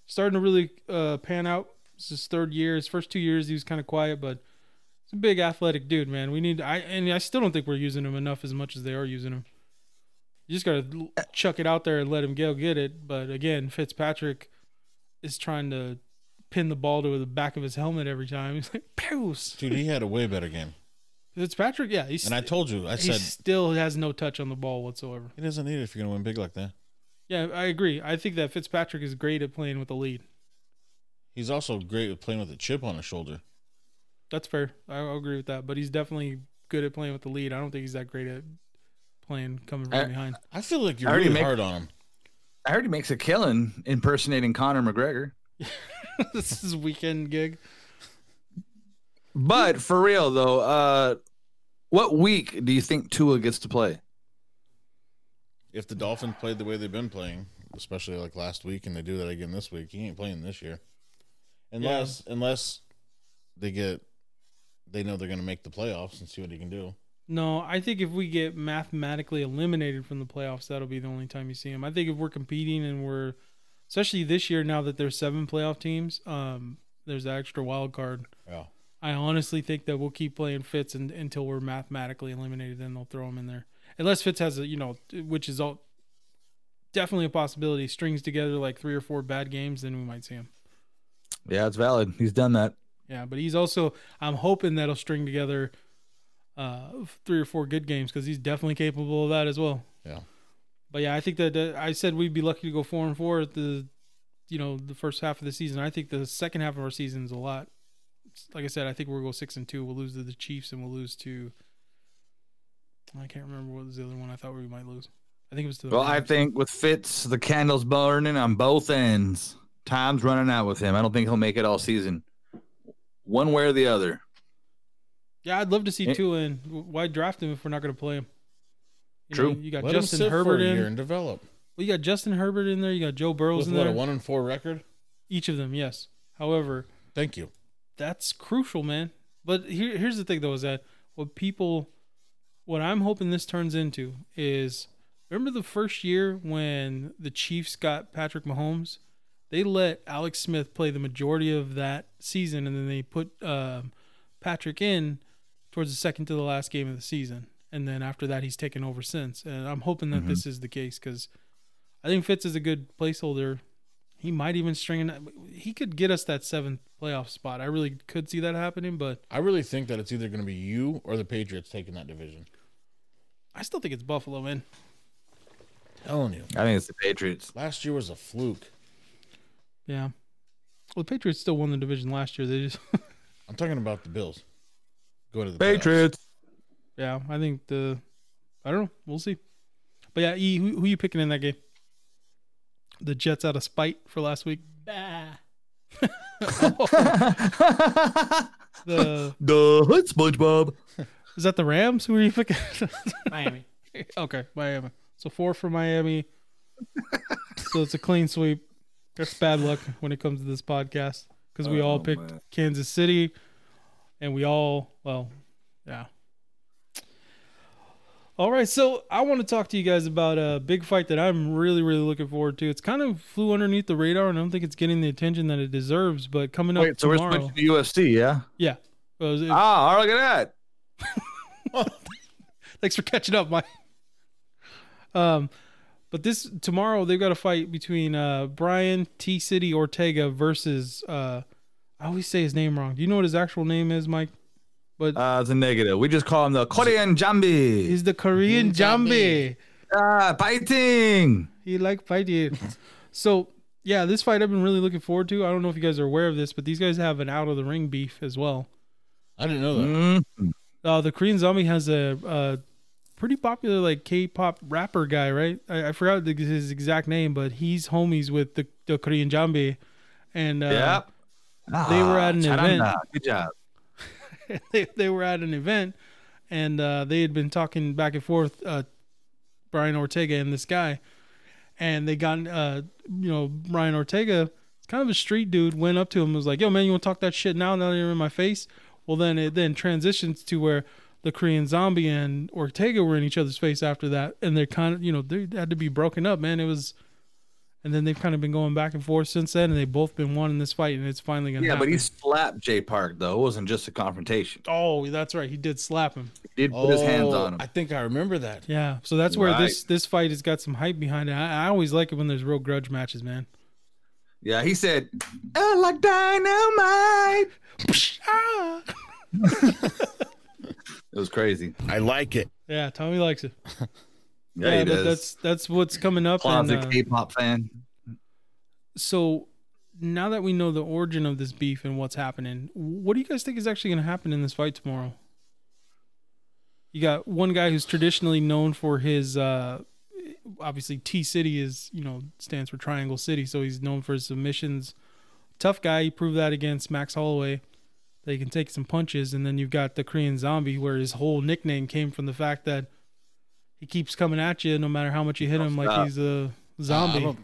S3: starting to really uh, pan out. It's his third year. His first two years, he was kind of quiet, but he's a big athletic dude, man. We need. I and I still don't think we're using him enough as much as they are using him. You just gotta l- chuck it out there and let him go get it. But again, Fitzpatrick is trying to pin the ball to the back of his helmet every time. He's like, "Pew!"
S4: Dude, he had a way better game.
S3: Fitzpatrick, yeah, he's
S4: And I told you, I
S3: he
S4: said
S3: still has no touch on the ball whatsoever.
S4: he doesn't need it if you're gonna win big like that.
S3: Yeah, I agree. I think that Fitzpatrick is great at playing with the lead.
S4: He's also great with playing with a chip on his shoulder.
S3: That's fair. I I'll agree with that. But he's definitely good at playing with the lead. I don't think he's that great at playing coming from
S2: I-
S3: behind.
S4: I feel like you're
S2: I already
S4: really
S2: make-
S4: hard on him.
S2: I heard he makes a killing impersonating Conor McGregor.
S3: this is his weekend gig.
S2: But for real though, uh, what week do you think Tua gets to play?
S4: If the Dolphins played the way they've been playing, especially like last week, and they do that again this week, he ain't playing this year. Unless unless they get they know they're gonna make the playoffs and see what he can do.
S3: No, I think if we get mathematically eliminated from the playoffs, that'll be the only time you see him. I think if we're competing and we're, especially this year now that there's seven playoff teams, um, there's that extra wild card.
S4: Yeah.
S3: I honestly think that we'll keep playing Fitz and, until we're mathematically eliminated. Then they'll throw him in there, unless Fitz has a you know, which is all definitely a possibility. Strings together like three or four bad games, then we might see him.
S2: Yeah, it's valid. He's done that.
S3: Yeah, but he's also I'm hoping that'll string together uh, three or four good games because he's definitely capable of that as well.
S4: Yeah.
S3: But yeah, I think that uh, I said we'd be lucky to go four and four at the you know the first half of the season. I think the second half of our season is a lot. Like I said, I think we'll go six and two. We'll lose to the Chiefs and we'll lose to. I can't remember what was the other one. I thought we might lose. I think it was to the.
S2: Well, I
S3: Rams.
S2: think with Fitz, the candle's burning on both ends. Time's running out with him. I don't think he'll make it all season, one way or the other.
S3: yeah, I'd love to see
S2: It-
S3: two in. Why draft him if we're not going to play him? You know,
S2: True.
S3: you got
S4: Let him
S3: Justin
S4: sit
S3: Herbert
S4: for a
S3: in.
S4: year and develop.
S3: Well, you got Justin Herbert in there. You got Joe Burrow's in
S4: With what
S3: there.
S4: a one and four record?
S3: Each of them, yes. However,
S4: Thank you.
S3: that's crucial, man. But here, here's the thing, though, is that what people, what I'm hoping this turns into is, remember the first year when the Chiefs got Patrick Mahomes, they let Alex Smith play the majority of that season, and then they put um, Patrick in towards the second to the last game of the season, and then after that he's taken over since. And I'm hoping that this is the case because I think Fitz is a good placeholder he might even string in. He could get us that seventh playoff spot. I really could see that happening, but
S4: I really think that it's either gonna be you or the Patriots taking that division.
S3: I still think it's Buffalo in.
S4: Telling you.
S2: I think it's the Patriots.
S4: Last year was a fluke.
S3: Yeah. Well, the Patriots still won the division last year. They just,
S4: I'm talking about the Bills. Go to the playoffs.
S2: Patriots.
S3: yeah. I think the, I don't know. We'll see. But yeah, E, who, who you picking in that game? The Jets out of spite for last week.
S5: Bah.
S3: The
S2: The hut SpongeBob.
S3: Is that the Rams? Who are you picking?
S5: Miami.
S3: okay, Miami. So four for Miami. so it's a clean sweep. That's bad luck when it comes to this podcast because we all
S2: Oh,
S3: picked
S2: man.
S3: Kansas City, and we all well, yeah. All right, so I want to talk to you guys about a big fight that I'm really, really looking forward to. It's kind of flew underneath the radar, and I don't think it's getting the attention that it deserves. But coming up
S2: Wait, so we're
S3: tomorrow,
S2: switching to UFC, yeah?
S3: yeah. Well, it was- it-
S2: Ah, oh, look at that.
S3: Thanks for catching up, Mike. Um, but this tomorrow they've got a fight between uh Brian T City Ortega versus uh I always say his name wrong. Do you know what his actual name is, Mike? But
S2: Uh, it's a negative. We just call him the Korean Jambi.
S3: he's the Korean Jambi.
S2: Ah, fighting.
S3: He like fighting. so yeah, this fight I've been really looking forward to. I don't know if you guys are aware of this, but these guys have an out of the ring beef as well.
S4: I didn't know that.
S2: Mm.
S3: Uh, the Korean Zombie has a, a pretty popular like K-pop rapper guy, right? I, I forgot the, his exact name, but he's homies with the, the Korean Zombie, and uh,
S2: Yep.
S3: they were at an
S2: Charanda.
S3: event.
S2: Ah, Good job.
S3: they, they were at an event, and uh, they had been talking back and forth, uh, Brian Ortega and this guy, and they got uh, you know Brian Ortega, kind of a street dude, went up to him and was like, "Yo, man, you want to talk that shit now? Now that you're in my face." Well, then it then transitions to where the Korean Zombie and Ortega were in each other's face after that, and they're kind of you know they had to be broken up, man. It was. And then they've kind of been going back and forth since then, and they've both been wanting this fight, and it's finally gonna.
S2: Yeah,
S3: happen.
S2: but he slapped Jay Park, though. It wasn't just a confrontation.
S3: Oh, that's right. He did slap him.
S2: He did Mm, put his hands
S4: Oh,
S2: on him.
S4: I think I remember that.
S3: Yeah, so that's where
S2: Right.
S3: this this fight has got some hype behind it. I, I always like it when there's real grudge matches, man.
S2: Yeah, he said, "Oh, like dynamite.
S3: Ah!
S2: It was crazy.
S6: I like it.
S3: Yeah, Tommy likes it.
S2: Yeah, he
S3: but
S2: does.
S3: that's that's what's coming up. And,
S2: Closet
S3: uh,
S2: K-pop fan.
S3: so now that we know the origin of this beef and what's happening, what do you guys think is actually going to happen in this fight tomorrow? You got one guy who's traditionally known for his uh obviously T City is, you know, stands for Triangle City, so he's known for his submissions. Tough guy, he proved that against Max Holloway. That he can take some punches and then you've got the Korean Zombie where his whole nickname came from the fact that he keeps coming at you no matter how much you hit him like
S2: stop.
S3: he's a zombie.
S4: I don't-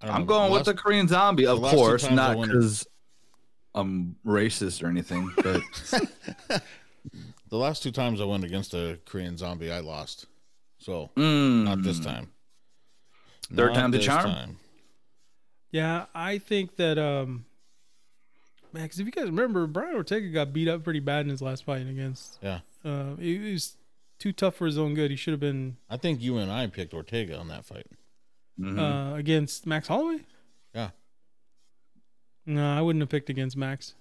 S4: I don't
S2: I'm
S4: know.
S2: going with the
S4: last-
S2: Korean zombie, of
S4: last two
S2: course,
S4: times I
S2: not
S4: went-
S2: because I'm racist or anything, but
S4: the last two times I went against a Korean zombie, I lost. So
S2: mm,
S4: not this time.
S2: Third
S4: Not
S2: time's a
S4: this
S2: charm?
S4: time.
S3: Yeah, I think that um, man, because if you guys remember, Brian Ortega got beat up pretty bad in his last fight against.
S4: Yeah.
S3: Uh, he he was too tough for his own good. He should have been
S4: I think you and I picked Ortega on that fight.
S2: mhm.
S3: uh, against Max Holloway.
S4: Yeah.
S3: No, I wouldn't have picked against Max.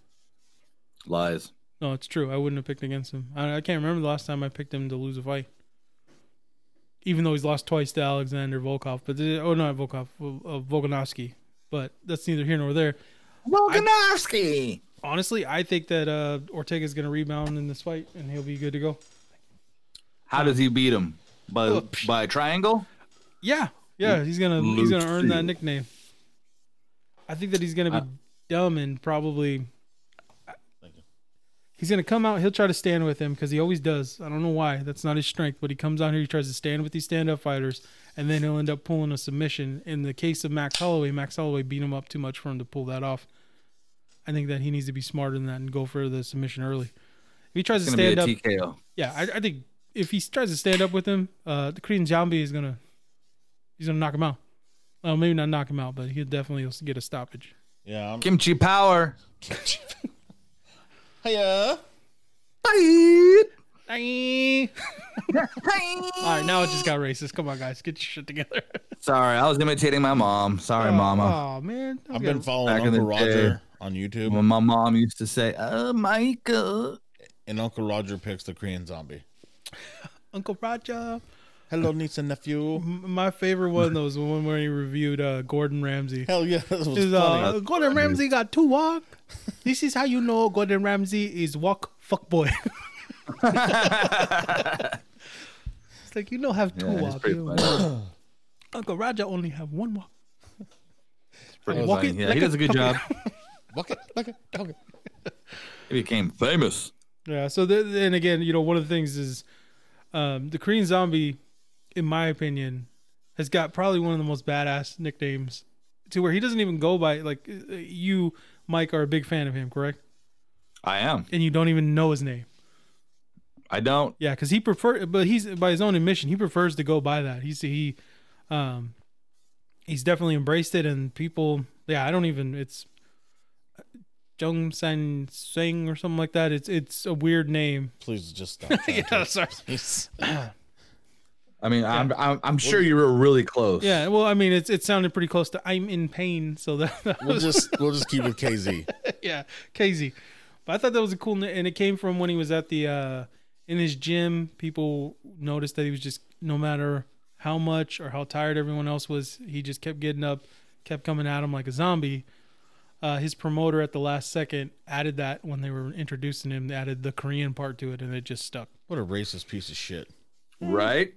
S2: lies.
S3: No, it's true. I wouldn't have picked against him. I, I can't remember the last time I picked him to lose a fight. Even though he's lost twice to Alexander Volkov, but the- oh, not Volkov, uh, Volkanovski. But that's neither here nor there.
S2: Volkanovski.
S3: honestly, I think that uh, Ortega's going to rebound in this fight and he'll be good to go.
S2: How does he beat him? By
S3: Oh,
S2: by triangle?
S3: Yeah, yeah, he's gonna he's gonna earn
S2: Lucille.
S3: that nickname. I think that he's gonna be dumb and probably he's gonna come out. He'll try to stand with him because he always does. I don't know why. That's not his strength, but he comes out here. He tries to stand with these stand up fighters, and then he'll end up pulling a submission. In the case of Max Holloway, Max Holloway beat him up too much for him to pull that off. I think that he needs to be smarter than that and go for the submission early. If he tries to
S2: It's gonna be
S3: stand
S2: a
S3: up,
S2: TKO.
S3: yeah, I, I think if he tries to stand up with him, uh, the Korean zombie is gonna he's gonna knock him out. Well, maybe not knock him out, but he'll definitely get a stoppage.
S4: Yeah. I'm...
S2: Kimchi power.
S4: Hiya.
S2: Bye.
S3: All
S2: Bye.
S3: right, now it just got racist. Come on, guys, get your shit together.
S2: Sorry, I was imitating my mom. Sorry, mama.
S3: Oh man, I've
S4: I've been following
S2: Back in
S4: Uncle
S2: the day. Mm-hmm.
S4: Roger on YouTube,
S2: When my mom used to say, "Oh, Micah."
S4: and Uncle Roger picks the Korean zombie.
S3: Uncle Roger.
S2: Mm-hmm.
S4: Hello, niece and nephew.
S3: M- My favorite one though was the one where he reviewed uh, Gordon Ramsay.
S4: Hell yeah, that was
S3: Is,
S4: funny.
S3: uh, Gordon Ramsay got two walk. This is how you know Gordon Ramsay is walk fuck boy. it's like you don't have two
S2: Yeah, it's
S3: walk.
S2: pretty
S3: you-
S2: funny.
S3: Uncle Roger only have one walk.
S2: Pretty
S3: Walk
S2: funny.
S3: it
S2: Yeah,
S3: like
S2: he
S3: a
S2: does a good
S3: fucking-
S2: job.
S4: Bucket, bucket, bucket.
S2: He became famous.
S3: Yeah. So the, and again, you know, one of the things is um, the Korean Zombie, in my opinion, has got probably one of the most badass nicknames, to where he doesn't even go by like uh, you, Mike, are a big fan of him, correct?
S2: I am.
S3: And you don't even know his name.
S2: I don't.
S3: Yeah, because he prefer, but he's by his own admission, he prefers to go by that. He's he, um, he's definitely embraced it, and people, yeah, I don't even. It's uh, Jung San Sing or something like that. It's it's a weird name.
S4: Please just stop. trying to-
S3: sorry.
S4: Please.
S2: I mean, I'm, I'm I'm sure you were really close.
S3: Yeah, well, I mean, it's it sounded pretty close to "I'm in pain," so that, that
S4: We'll
S3: was
S4: just we'll just keep with KZ.
S3: yeah, KZ. But I thought that was a cool, na- and it came from when he was at the uh in his gym. People noticed that he was just no matter how much or how tired everyone else was, he just kept getting up, kept coming at him like a zombie. Uh, his promoter at the last second added that when they were introducing him, they added the Korean part to it, and it just stuck.
S4: What a racist piece of shit.
S2: Right.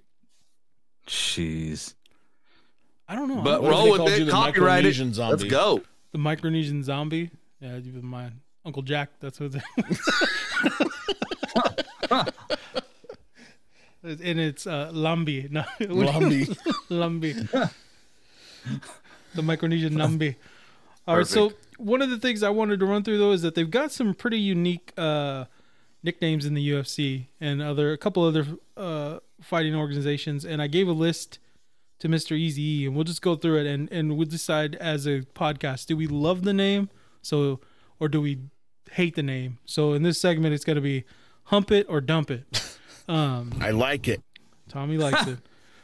S2: Jeez.
S3: I don't know.
S2: But
S4: what if they
S2: roll
S4: called
S2: with
S4: you
S2: it.
S4: the
S2: Copyright it.
S4: Micronesian
S2: Let's
S4: zombie?
S2: go.
S3: The Micronesian zombie. Yeah, you my Uncle Jack. That's what. It's and it's uh, Lambi, no,
S4: Lumby.
S3: Lambi. the Micronesian Lambi. All right, so one of the things I wanted to run through though is that they've got some pretty unique uh, nicknames in the UFC and other a couple other uh, fighting organizations, and I gave a list to Mr. Easy E, and we'll just go through it and and we'll decide as a podcast do we love the name so or do we hate the name. So in this segment, it's going to be hump it or dump it.
S6: I like it.
S3: Tommy likes it.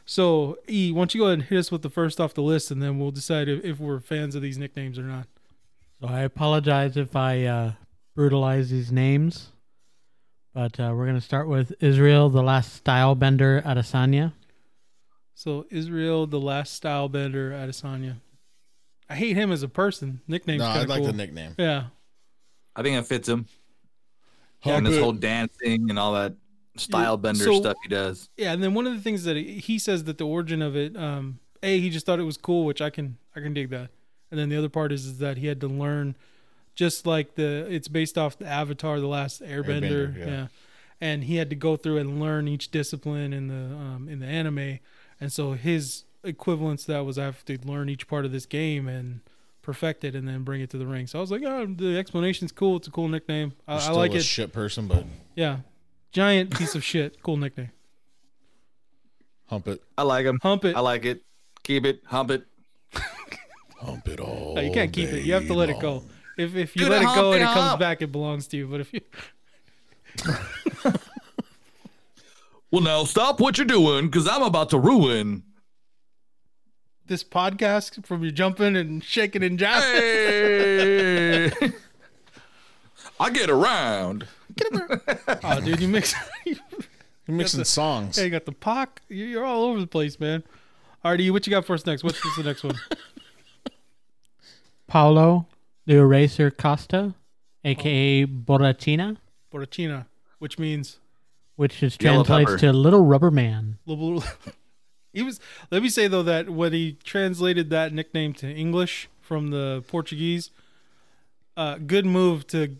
S3: So E, why don't you go ahead and hit us with the first off the list, and then we'll decide if, if we're fans of these nicknames or not.
S5: So I apologize if I uh, brutalize these names, but uh, we're going to start with Israel, the last style bender Adesanya.
S3: So Israel, the last style bender, Adesanya. I hate him as a person. Nickname's
S4: No,
S3: kind
S4: I
S3: of
S4: like
S3: cool.
S4: the nickname.
S3: Yeah,
S2: I think that fits him.
S4: Hump
S2: and this
S4: it.
S2: whole dancing and all that style bender
S3: so-
S2: stuff he does.
S3: yeah. And then one of the things that he he says that the origin of it, um, a he just thought it was cool, which I can I can dig that. And then the other part is, is that he had to learn, just like the it's based off the Avatar, the Last Airbender,
S4: Airbender,
S3: yeah.
S4: yeah.
S3: And he had to go through and learn each discipline in the um, in the anime, and so his equivalence to that was I have to learn each part of this game and perfect it and then bring it to the ring. So I was like, oh, the explanation's cool. It's a cool nickname. I, I
S4: Still
S3: like
S4: a
S3: it.
S4: shit person, but
S3: Yeah. Giant piece of shit. Cool nickname.
S4: hump it,
S2: I like him.
S3: Hump it.
S2: I like it. Keep it. Hump it.
S4: hump it all.
S3: No, you can't keep it. You have to
S4: day
S3: let it
S4: long.
S3: go. If if you
S2: Dude,
S3: let it go
S2: hump
S3: and
S2: it
S3: it comes
S2: up.
S3: back, it belongs to you. But if you
S2: Well, now stop what you're doing because I'm about to ruin.
S3: this podcast from you jumping and shaking and jiving.
S2: Hey. I get around.
S3: Oh, dude, you mix.
S4: You're mixing songs.
S3: hey, you got the pock. You- You're all over the place, man. Alrighty, what you got for us next? What's, what's the next one?
S5: Paulo, the eraser Costa, aka Borrachina,
S3: Borachina, which means
S5: which just
S2: Yellow
S5: translates
S2: pepper.
S5: to Little Rubber Man.
S3: Lubul- he was. Let me say though that when he translated that nickname to English from the Portuguese, uh, good move to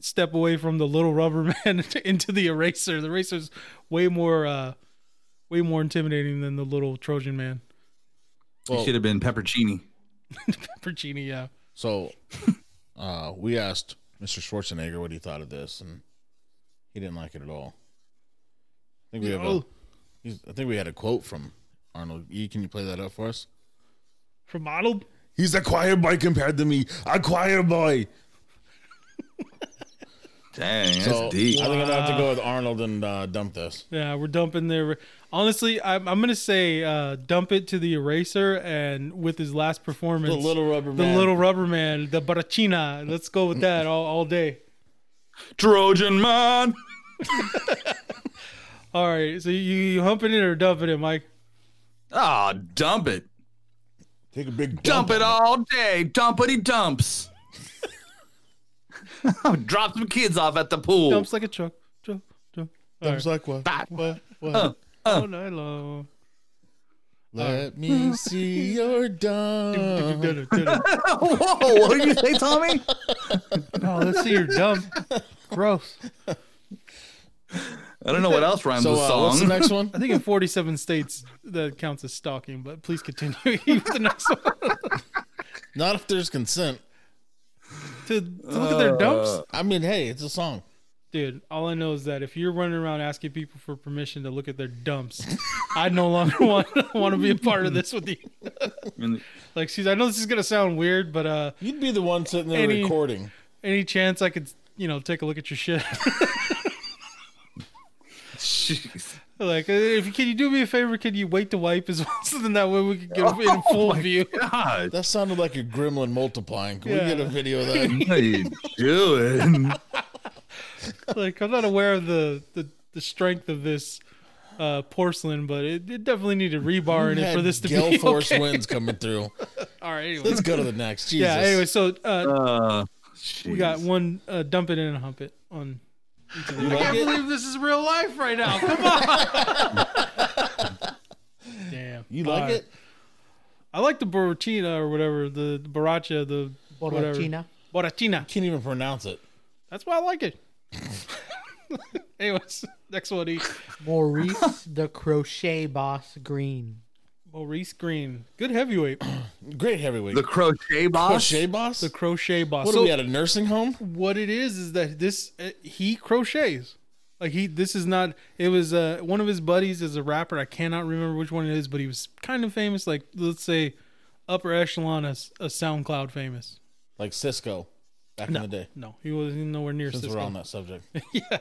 S3: step away from the little rubber man into the eraser. The eraser's way more, uh, way more intimidating than the little Trojan man.
S2: it should have been peppercini.
S3: Percini, yeah.
S4: So uh, we asked Mr. Schwarzenegger what he thought of this, and he didn't like it at all. I think we have a,
S3: No.
S4: he's- I think we had a quote from Arnold. E, can you play that up for us?
S3: From Arnold,
S4: He's a choir boy compared to me. A choir boy.
S2: Dang, that's
S4: So
S2: deep.
S4: I think I'm gonna have to go with Arnold and uh, dump this.
S3: yeah, we're dumping there. Honestly, I'm, I'm gonna say uh, dump it to the eraser, and with his last performance,
S4: The little rubber
S3: the
S4: man.
S3: little rubber man, the barachina. Let's go with that all, all day.
S2: Trojan man.
S3: All right, so you, you humping it or dumping it, Mike?
S2: Ah, dump it.
S4: Take a big
S2: Dump
S4: dump
S2: it all day. Dumpity dumps. Drop some kids off at the pool.
S3: Dumps like a truck. Truck, truck. All
S4: It's
S3: right.
S4: like what?
S2: Bah.
S4: What? What? Uh.
S3: All night long.
S4: Let me see your dump. uh,
S3: oh,
S2: Whoa, what did you say, Tommy?
S3: let's see your dump. Gross.
S2: I don't know what else rhymes
S4: So
S2: with
S4: uh,
S2: song.
S4: what's the next one?
S3: I think in 47 states that counts as stalking, but please continue with the next one.
S4: Not if there's consent.
S3: to, to look at their dumps.
S4: I mean, hey, it's a song.
S3: Dude, all I know is that if you're running around asking people for permission to look at their dumps, I no longer want, want to be a part of this with you.
S2: I mean,
S3: Like, she's, I know this is going to sound weird, but uh,
S4: You'd be the one sitting there
S3: Any-
S4: recording.
S3: any chance I could, you know, take a look at your shit?
S2: jeez.
S3: like, uh, if can you do me a favor? Can you wait to wipe as well? So then that way we could get it in
S4: Oh
S3: full view.
S2: God,
S4: That sounded like a gremlin multiplying. Can
S3: Yeah.
S4: we get a video of that?
S2: what are you doing?
S3: Like, I'm not aware of the, the, the strength of this uh, porcelain, but it, it definitely needed rebar in it for
S4: Had
S3: this to
S4: gale
S3: be
S4: force
S3: okay.
S4: winds coming through.
S3: All right, anyway.
S4: Let's go to the next. Jesus.
S3: Yeah, anyway, so uh,
S2: Uh,
S3: We
S4: Um,
S3: got one uh, dump it in and hump it on. each of these. I
S4: like
S3: can't
S4: it?
S3: believe this is real life right now. Come on. Damn.
S4: you like
S3: All right.
S4: it?
S3: I like the borrachina or whatever, the baracha, the
S5: Borrachina.
S3: whatever. Borrachina.
S4: Can't even pronounce it.
S3: That's why I like it. Anyways, next one, E.
S5: Maurice the Crochet Boss Green.
S3: Maurice Green, good heavyweight,
S4: Great heavyweight.
S2: the crochet boss.
S4: crochet boss.
S3: the crochet boss.
S4: what
S3: So
S4: are we at a nursing home?
S3: what it is is that this uh, he crochets like he this is not it was uh one of his buddies is a rapper i cannot remember which one it is but he was kind of famous like let's say upper echelon as a soundcloud famous
S4: Like Cisco back in the day.
S3: no he wasn't nowhere near
S4: Since we're
S3: Cisco.
S4: on that subject.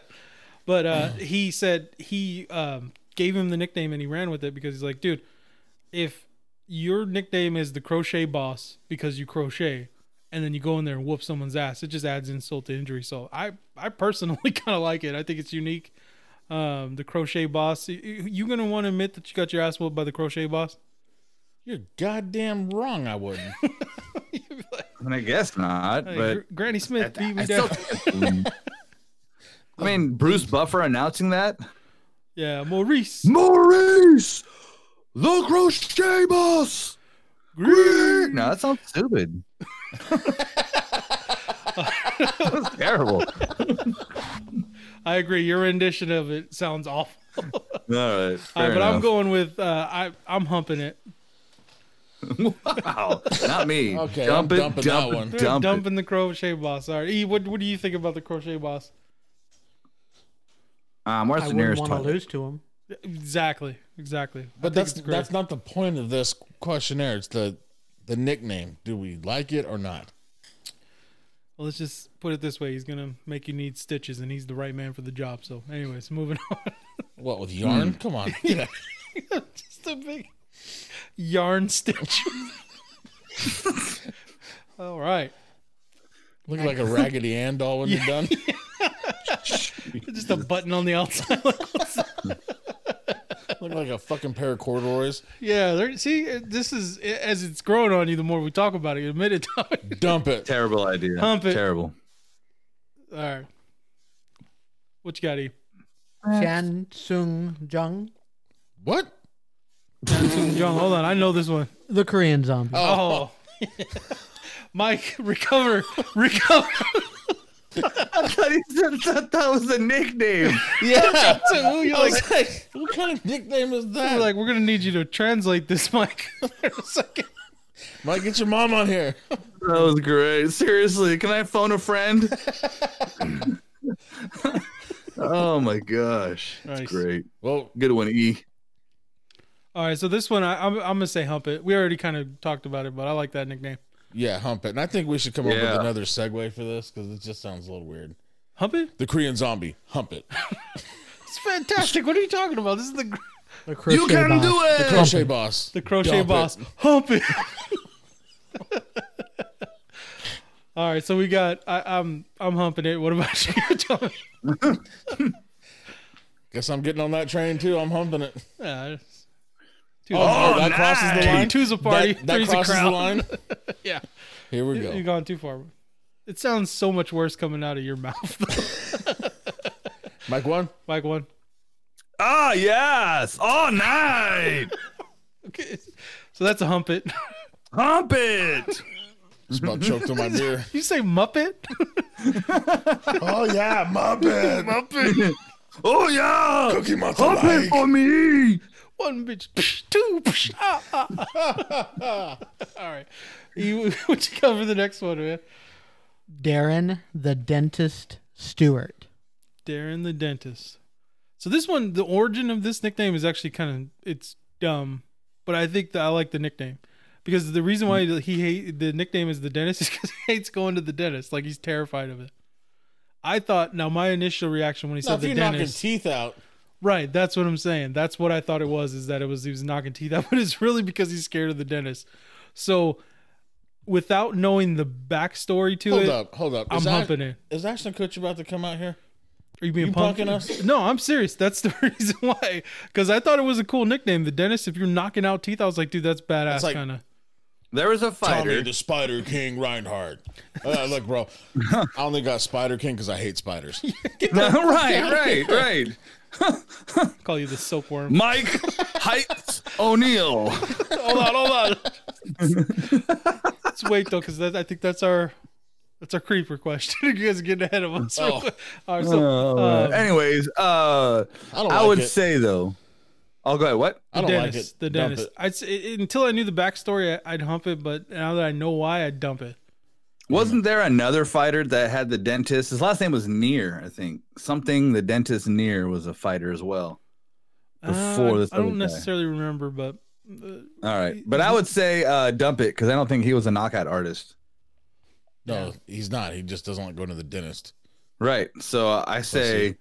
S3: but uh he said he um gave him the nickname and he ran with it because he's like dude if your nickname is the crochet boss because you crochet and then you go in there and whoop someone's ass it just adds insult to injury so i i personally kind of like it i think it's unique um the crochet boss you, you gonna want to admit that you got your ass whooped by the crochet boss
S4: You're goddamn wrong. I wouldn't.
S2: I, mean, I guess not,
S3: Hey,
S2: but
S3: Gr- granny smith beat me
S2: I
S3: down
S2: still. I mean, Bruce Buffer announcing that.
S3: yeah maurice
S2: Maurice, the crochet boss. Green. No, that sounds stupid. that was terrible.
S3: i agree your rendition of it sounds awful
S2: All right,
S3: All right,
S2: fair
S3: but i'm
S2: enough.
S3: going with uh i i'm humping it
S2: Wow, not me.
S4: Okay,
S2: dump
S4: I'm
S2: it,
S4: dumping
S2: dump it,
S4: that one.
S3: They're
S2: dump it.
S3: dumping the crochet boss. All right, E, what what do you think about the crochet boss?
S2: Um, where's the
S5: I wouldn't
S2: nearest
S5: want to
S2: toilet?
S5: lose to him.
S3: Exactly, exactly.
S4: But that's that's not the point of this questionnaire. It's the the nickname. Do we like it or not?
S3: Well, let's just put it this way: he's gonna make you need stitches, and he's the right man for the job. So, anyways, moving on.
S4: What with yarn?
S3: Hmm.
S4: Come on.
S3: just a big yarn stitch. All right,
S4: Look like a Raggedy Ann doll when you're done.
S3: just a button on the outside.
S4: Look like a fucking pair of corduroys.
S3: yeah, there, see, this is as it's growing on you. The more we talk about it, you admit it. All
S4: Dump it.
S2: Terrible idea.
S3: Dump it.
S2: Terrible.
S3: right, what you got, E?
S5: Chan Sung Jung.
S4: What?
S3: Young, hold on, I know this one.
S5: The Korean zombie.
S3: Oh. Mike, recover, recover.
S2: that, was the nickname.
S4: Yeah.
S3: So you're like,
S4: what kind of nickname is that?
S3: you're like, we're gonna need you to translate this, Mike. It's like,
S4: Mike, get your mom on here.
S2: that was great. Seriously, can I phone a friend? oh my gosh, that's
S3: Nice.
S2: great.
S4: Well,
S2: Good one, E.
S3: All right, so this one, I, I'm, I'm gonna say hump it. We already kind of talked about it, but I like that nickname.
S4: yeah, hump it. And I think we should come up
S2: Yeah.
S4: with another segue for this because it just sounds a little weird.
S3: Hump it?
S4: The Korean zombie, hump it.
S3: It's fantastic. What are you talking about? This is the gr-
S5: The crochet
S2: you can
S5: boss.
S2: do it.
S4: Crochet boss.
S3: the crochet
S4: Dump it.
S3: boss. Hump it. All right, so we got. I, I'm I'm humping it. What about you, Tommy?
S4: Guess I'm getting on that train too. I'm humping it.
S3: Yeah, it's-
S4: Oh, that crosses the line.
S3: two's a party,
S4: That, that
S3: three's a
S4: crosses
S3: crowd.
S4: the line.
S3: Yeah.
S4: Here we go.
S3: You've gone too far. It sounds so much worse coming out of your mouth.
S4: Mike one.
S3: Mike one.
S2: Ah, yes, all night.
S3: Okay. So that's a humpet.
S2: Hump it.
S4: Just about choked on my beer.
S3: You say Muppet?
S4: oh yeah, my bad.
S2: Oh yeah,
S4: Cookie Monster
S2: Hop it
S4: like.
S2: for me.
S3: One bitch, psh, two. Psh, ah, ah, ah. All right, you what you got for the next one, man?
S5: Darren the dentist Stewart.
S3: Darren the dentist. So this one, the origin of this nickname is actually kind of it's dumb, but I think that I like the nickname because the reason why he hate the nickname is the dentist is because he hates going to the dentist. Like he's terrified of it. I thought now my initial reaction when he said
S4: Now, if
S3: the
S4: you're knocking
S3: dentist,
S4: teeth out,
S3: right? That's what I'm saying. That's what I thought it was. Is that it was he was knocking teeth out, but it's really because he's scared of the dentist. So without knowing the backstory to
S4: hold
S3: it,
S4: up, hold up.
S3: I'm
S4: Ash-
S3: humping it.
S4: Is Ashton Kutcher about to come out here?
S3: Are you being
S4: You
S3: punk?
S4: punking us?
S3: No, I'm serious. That's the reason why. Because I thought it was a cool nickname, the dentist. If you're knocking out teeth, I was like, dude, that's badass.
S4: That's like-
S3: kind of.
S2: There was a
S4: Tommy
S2: fighter.
S4: the Spider King Reinhardt. Uh, look, bro, I only got Spider King because I hate spiders.
S2: right, right, right.
S3: Call you the soapworm.
S2: Mike Heights O'Neill.
S3: hold on, hold on. Let's wait though, because I think that's our that's our creeper question. you guys are getting ahead of us. real
S4: Oh.
S3: quick. All right, so
S5: Oh,
S3: um,
S2: Anyways, uh,
S4: I don't.
S2: I
S4: like
S2: would
S4: it.
S2: say though, I'll go ahead. What?
S4: I don't
S3: dentist,
S4: like it.
S3: the
S4: Dump
S3: dentist.
S4: it.
S3: I'd say, until I knew the backstory, I, I'd hump it. But now that I know why, I'd dump it.
S2: Wasn't there another fighter that had the dentist? His last name was Near, I think. Something the dentist Near was a fighter as well. Before
S3: Uh,
S2: this
S3: I
S2: other guy.
S3: don't necessarily remember, but
S2: All right, but I would say uh, dump it because I don't think he was a knockout artist.
S4: No, he's not. He just doesn't like going to the dentist.
S2: Right, so uh, I say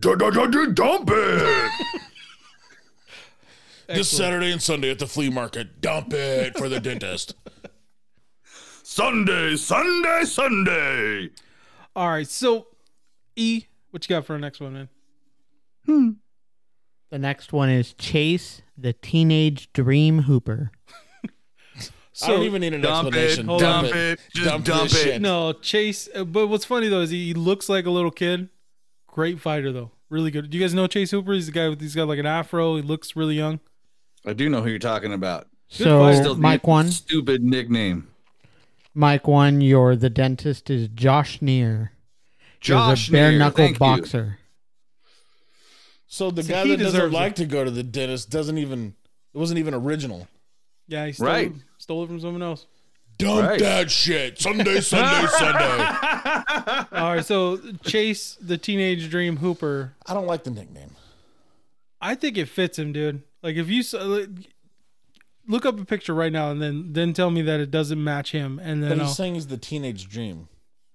S6: Dump it.
S4: This Saturday and Sunday at the flea market, dump it for the dentist.
S2: Sunday, Sunday, Sunday.
S3: all right. So E, what you got for our next one, man?
S5: The next one is Chase the teenage dream hooper.
S3: So,
S4: I don't even need an
S2: Dump it,
S4: explanation.
S2: dump,
S4: dump
S2: it, just dump,
S4: Dump this
S2: it.
S4: shit.
S3: No, Chase. uh, But what's funny though is he, he looks like a little kid. Great fighter though, really good. Do you guys know Chase Hooper? He's the guy with he's got like an afro. He looks really young.
S2: I do know who you're talking about.
S5: So
S3: fight.
S2: Still the
S5: Mike one,
S2: stupid nickname.
S5: Mike one. Your the dentist is Josh Neer. He was
S2: Josh
S5: a bare
S2: Neer,
S5: knuckle
S2: thank you.
S5: boxer.
S4: So the
S3: So
S4: guy
S3: he
S4: that doesn't
S3: deserves
S4: like
S3: it.
S4: to go to the dentist doesn't even. It wasn't even original.
S3: Yeah, he stole,
S2: Right.
S3: it, stole it from someone else.
S4: Dump
S2: Right.
S4: that shit. Sunday, Sunday, Sunday.
S3: All right, so Chase the teenage dream Hooper.
S4: I don't like the nickname.
S3: I think it fits him, dude. Like if you s- like, look up a picture right now and then then tell me that it doesn't match him, and then
S4: But
S3: I'll,
S4: he's saying he's the teenage dream.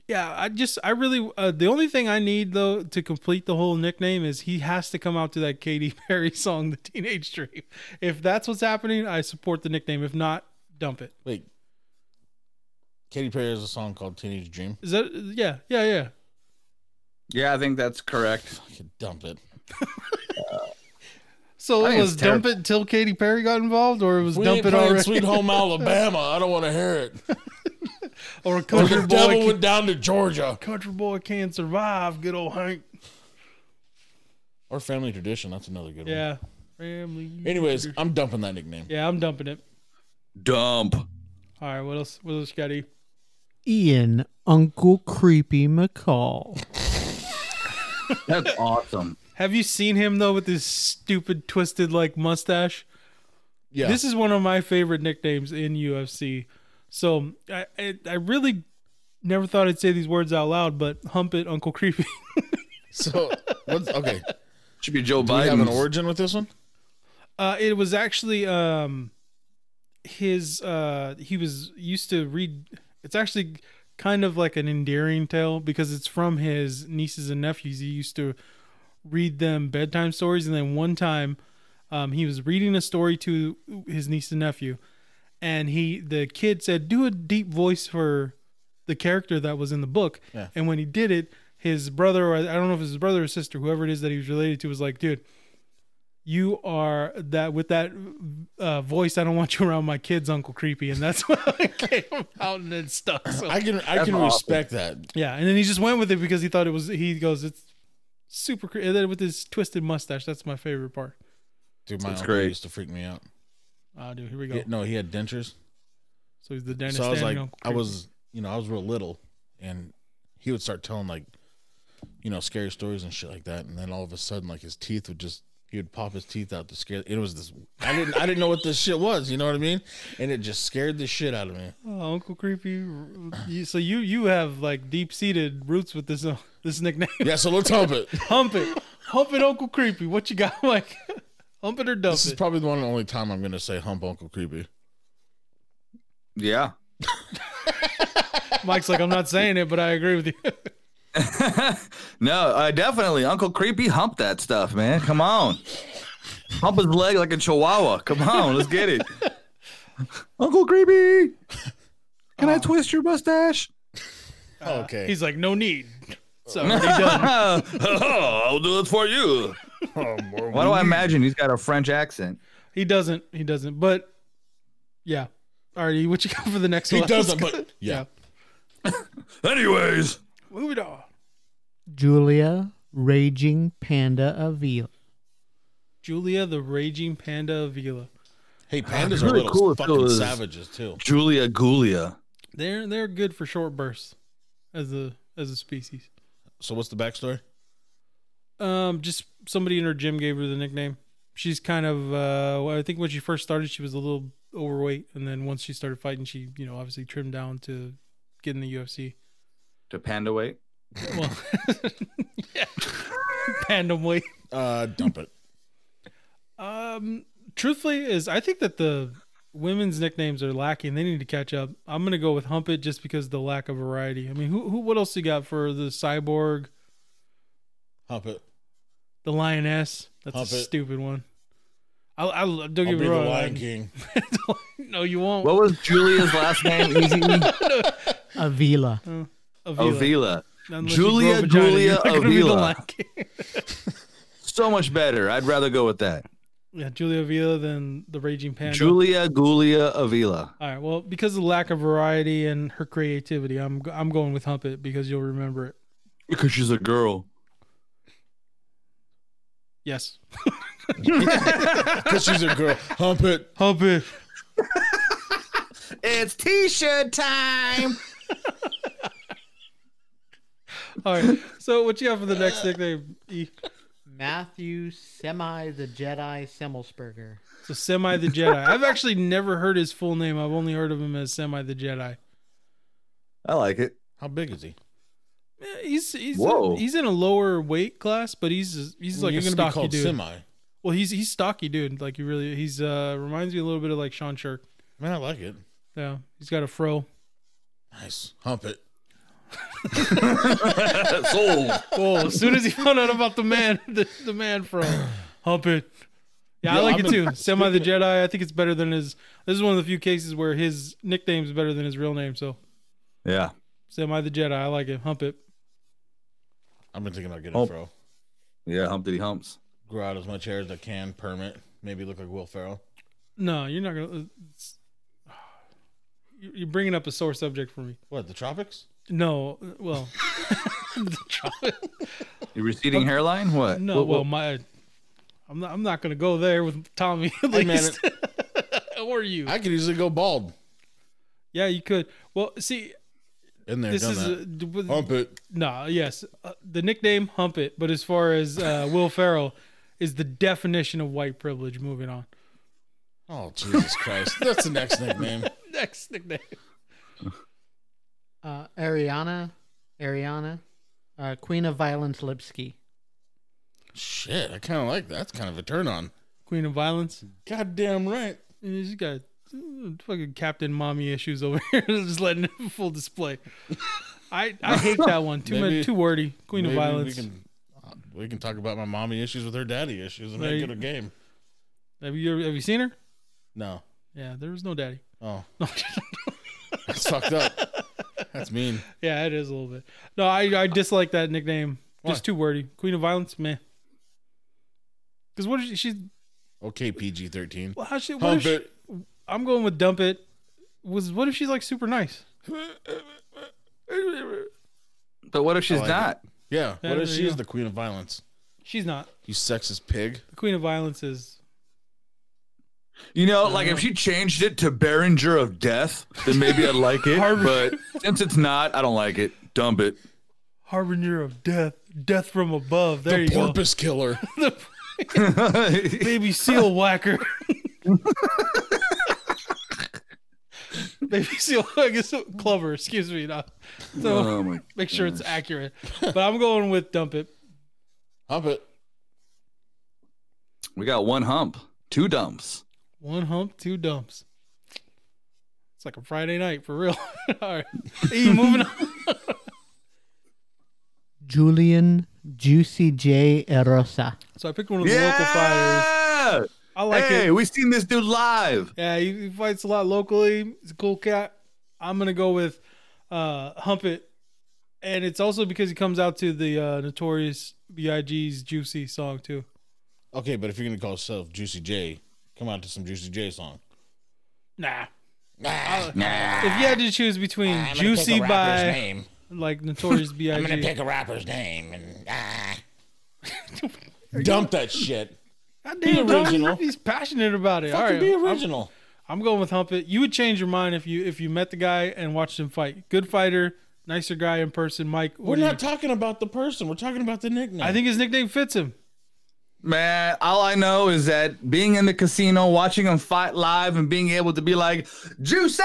S3: Yeah, I just I really uh, the only thing I need though to complete the whole nickname is he has to come out to that Katy Perry song, "The Teenage Dream." If that's what's happening, I support the nickname. If not, dump it.
S4: Wait. Katy Perry has a song called Teenage Dream.
S3: Is that yeah yeah yeah?
S2: Yeah, I think that's correct.
S4: Fucking dump it.
S3: So
S2: I
S3: it
S2: think
S3: was
S2: it's
S3: dump it till Katy Perry got involved, or it was
S4: We
S3: dump
S4: ain't
S3: it
S4: playing
S3: already,
S4: Sweet Home Alabama. I don't want to hear it.
S3: or
S4: Or
S3: country
S4: the
S3: boy,
S4: devil
S3: can,
S4: went down to Georgia.
S3: country boy can't survive. Good old Hank.
S4: Or family tradition. That's another good
S3: Yeah, family.
S4: one. Anyways, I'm dumping that nickname.
S3: Yeah, I'm dumping it.
S2: Dump.
S3: All right, what else? What else you got? E?
S5: Ian Uncle Creepy McCall.
S2: That's awesome.
S3: Have you seen him though with his stupid twisted like mustache?
S4: Yeah.
S3: This is one of my favorite nicknames in UFC. So I, I I really never thought I'd say these words out loud, but hump it, Uncle Creepy.
S4: so, what's, okay.
S2: Should be Joe
S4: Do we have an
S2: Biden.
S4: origin with this one?
S3: Uh, it was actually um his uh he was used to read. It's actually kind of like an endearing tale because it's from his nieces and nephews. He used to read them bedtime stories, and then one time um, he was reading a story to his niece and nephew, and he the kid said, "Do a deep voice for the character that was in the book."
S4: Yeah.
S3: And when he did it, his brother, or I don't know if it was his brother or sister, whoever it is that he was related to, was like, "Dude, you are that with that uh, voice. I don't want you around my kids, Uncle Creepy." And that's what came out and it stuck. So
S4: I can I can
S2: awesome.
S4: respect that.
S3: yeah, and then he just went with it because he thought it was. He goes, "It's super." cre-" And then with his twisted mustache, that's my favorite part.
S4: Dude, my
S2: That's
S4: uncle
S2: great.
S4: used to freak me out.
S3: Ah, dude, here we go.
S4: He- no, he had dentures.
S3: So he's the dentist.
S4: so I was
S3: and
S4: like,
S3: Uncle
S4: I
S3: Creepy.
S4: was, you know, I was real little, and he would start telling like you know, scary stories and shit like that. And then all of a sudden, like his teeth would just he would pop his teeth out to scare. It was this. I didn't I didn't know what this shit was. You know what I mean? And it just scared the shit out of me.
S3: Oh, Uncle Creepy. You, so you you have like deep seated roots with this uh, this nickname.
S4: Yeah. So let's hump it.
S3: hump it, hump it, Uncle Creepy. What you got? Like hump it or dump
S4: This is
S3: it.
S4: probably the one and only time I'm gonna say hump Uncle Creepy.
S2: Yeah.
S3: Mike's like I'm not saying it, but I agree with you.
S2: No, uh, definitely. Uncle Creepy hump that stuff, man. Come on. Hump his leg like a chihuahua. Come on, let's get it. Uncle Creepy. Can I twist your mustache?
S4: okay.
S3: He's like no need. So he done.
S2: Uh, I'll do it for you. Why do I imagine he's got a French accent?
S3: He doesn't. He doesn't. But yeah. Alrighty, what you got for the next
S4: he
S3: one?
S4: doesn't, but yeah.
S2: Anyways,
S3: Move it on.
S5: Julia, raging panda avila.
S3: Julia the Raging Panda of Vila.
S4: Hey, pandas
S2: it's
S4: are
S2: really
S4: little
S2: cool if it
S4: fucking
S2: was-
S4: savages too.
S2: Julia Gulia.
S3: They're they're good for short bursts as a as a species.
S4: So what's the backstory?
S3: Um, just somebody in her gym gave her the nickname. She's kind of uh, well, I think when she first started, she was a little overweight, and then once she started fighting, she you know obviously trimmed down to get in the UFC.
S2: To panda weight.
S3: Well, yeah, panda weight.
S4: Uh, dump it.
S3: Um, truthfully, is I think that the women's nicknames are lacking. They need to catch up. I'm gonna go with Hump It just because of the lack of variety. I mean, who who what else you got for the cyborg,
S4: Hump it.
S3: the lioness? That's
S4: Hump
S3: a
S4: It.
S3: stupid one. I, I don't get me
S4: I'll be the
S3: wrong.
S4: Lion King.
S3: no, you won't.
S2: What was Julia's last name? Easy.
S5: Avila.
S3: Avila.
S2: Avila.
S3: Unless you grow
S2: Julia
S3: a vagina,
S2: Julia
S3: you're not gonna be the
S2: Avila.
S3: Lion King.
S2: So much better. I'd rather go with that.
S3: yeah, Julia Avila than the Raging Panda.
S2: Julia Gulia Avila.
S3: All right. Well, because of the lack of variety and her creativity, I'm I'm going with Hump It because you'll remember it.
S2: Because she's a girl.
S3: Yes.
S4: Because she's a girl. Hump it.
S3: Hump It.
S2: It's t-shirt time.
S3: All right. So what you got for the next nickname? E?
S5: Matthew Semi the Jedi Semmelsberger.
S3: So Semi the Jedi. I've actually never heard his full name. I've only heard of him as Semi the Jedi.
S2: I like it.
S4: How big is he?
S3: Eh, He's he's
S2: Whoa.
S3: he's in a lower weight class, but he's he's like
S4: You're
S3: a
S4: gonna be
S3: stocky
S4: called
S3: dude.
S4: semi.
S3: Well, he's he's stocky dude. Like he really he's uh reminds me a little bit of like Sean Shirk.
S4: Man, I like it.
S3: Yeah, he's got a fro.
S4: Nice. Hump it.
S2: Sold.
S3: Whoa! As soon as he found out about the man, the, the man fro, hump it. Yeah, I
S4: Yo,
S3: like
S4: I'm
S3: it too. Semi the Jedi. I think it's better than his. This is one of the few cases where his nickname is better than his real name. So
S2: Yeah.
S3: Semi the Jedi. I like it. Hump it.
S4: I've been thinking about getting
S2: Oh.
S4: a fro.
S2: Yeah, Humpty Humps.
S4: Grow out as much hair as I can. Permit. Maybe look like Will Ferrell.
S3: No, you're not gonna. It's, you- you're bringing up a sore subject for me.
S4: What? The tropics?
S3: No, uh, well,
S2: Your receding hairline? What?
S3: no,
S2: What- what-
S3: well, my. I'm not. I'm not gonna go there with Tommy. At
S4: Hey, man,
S3: least. or you?
S4: I could easily go bald.
S3: yeah, you could. Well, see,
S4: In there,
S3: this
S4: done
S3: is
S4: that.
S3: uh, d- with-
S4: Hump it.
S3: Nah, yes. Uh, the nickname Hump It, but as far as uh, Will Ferrell is the definition of white privilege. Moving on.
S4: Oh Jesus Christ! That's the next nickname.
S3: Next nickname.
S5: Uh, Ariana, Ariana, uh, Queen of Violence Lipsky.
S4: Shit, I kind of like that. That's kind of a turn on.
S3: Queen of Violence.
S4: Goddamn right.
S3: And She's got uh, fucking Captain Mommy issues over here, just letting it full display. I I hate that one. Too
S4: Maybe-
S3: much, too wordy. Queen of
S4: Maybe
S3: Violence.
S4: We can, uh, we can talk about my mommy issues with her daddy issues and
S3: There
S4: make
S3: you-
S4: it a game.
S3: Have you have you seen her?
S4: No.
S3: Yeah, there was no daddy.
S4: Oh. That's fucked up. That's mean.
S3: Yeah, it is a little bit. No, I I dislike that nickname. Just too wordy. Queen of Violence, meh. Because what is she? She's
S4: Okay, PG thirteen.
S3: well, how she? What if
S4: Hump
S3: she
S4: it.
S3: I'm going with dump it. Was what if she's like super nice?
S2: But what if she's
S4: like
S2: not?
S4: Yeah.
S3: Yeah,
S4: What
S3: there
S4: if she
S3: you
S4: is
S3: go.
S4: the queen of violence?
S3: She's not.
S4: You sexist pig.
S3: The Queen of Violence is
S2: You know, like
S3: Uh-huh.
S2: if she changed it to Behringer of Death, then maybe I'd like it. but since it's not, I don't like it. Dump it.
S3: harbinger of death. Death from above. There
S4: the
S3: you
S4: porpoise killer.
S3: go. Baby seal whacker. Baby seal whacker. Clover, excuse me. No. So
S2: Oh my
S3: make sure it's accurate. But I'm going with dump it.
S4: Hump it.
S2: We got one hump, two dumps.
S3: One hump, two dumps. It's like a Friday night for real. All right. E, moving on.
S5: Julian Juicy J. Erosa.
S3: So I picked one of the local fires.
S2: Yeah.
S3: I like
S2: hey,
S3: it.
S2: we seen this dude live.
S3: Yeah, he, he fights a lot locally. He's a cool cat. I'm gonna go with uh, Hump It, and it's also because he comes out to the uh, Notorious B.I.G.'s "Juicy" song too.
S4: Okay, but if you're gonna call yourself Juicy J, come out to some Juicy J song.
S3: Nah. If you had to choose between "Juicy" by
S4: name.
S3: like Notorious B.I.G.,
S4: a rapper's name and ah. Dump that shit.
S3: be
S4: original.
S3: He's passionate about it. All
S4: Fucking
S3: right,
S4: be
S3: I'm-
S4: original.
S3: I'm going with Hump It. You would change your mind if you if you met the guy and watched him fight. Good fighter, nicer guy in person. Mike,
S4: We're
S3: what do you-
S4: not talking about the person. We're talking about the nickname.
S3: I think his nickname fits him.
S2: Man, all I know is that being in the casino, watching him fight live, and being able to be like, Juicy!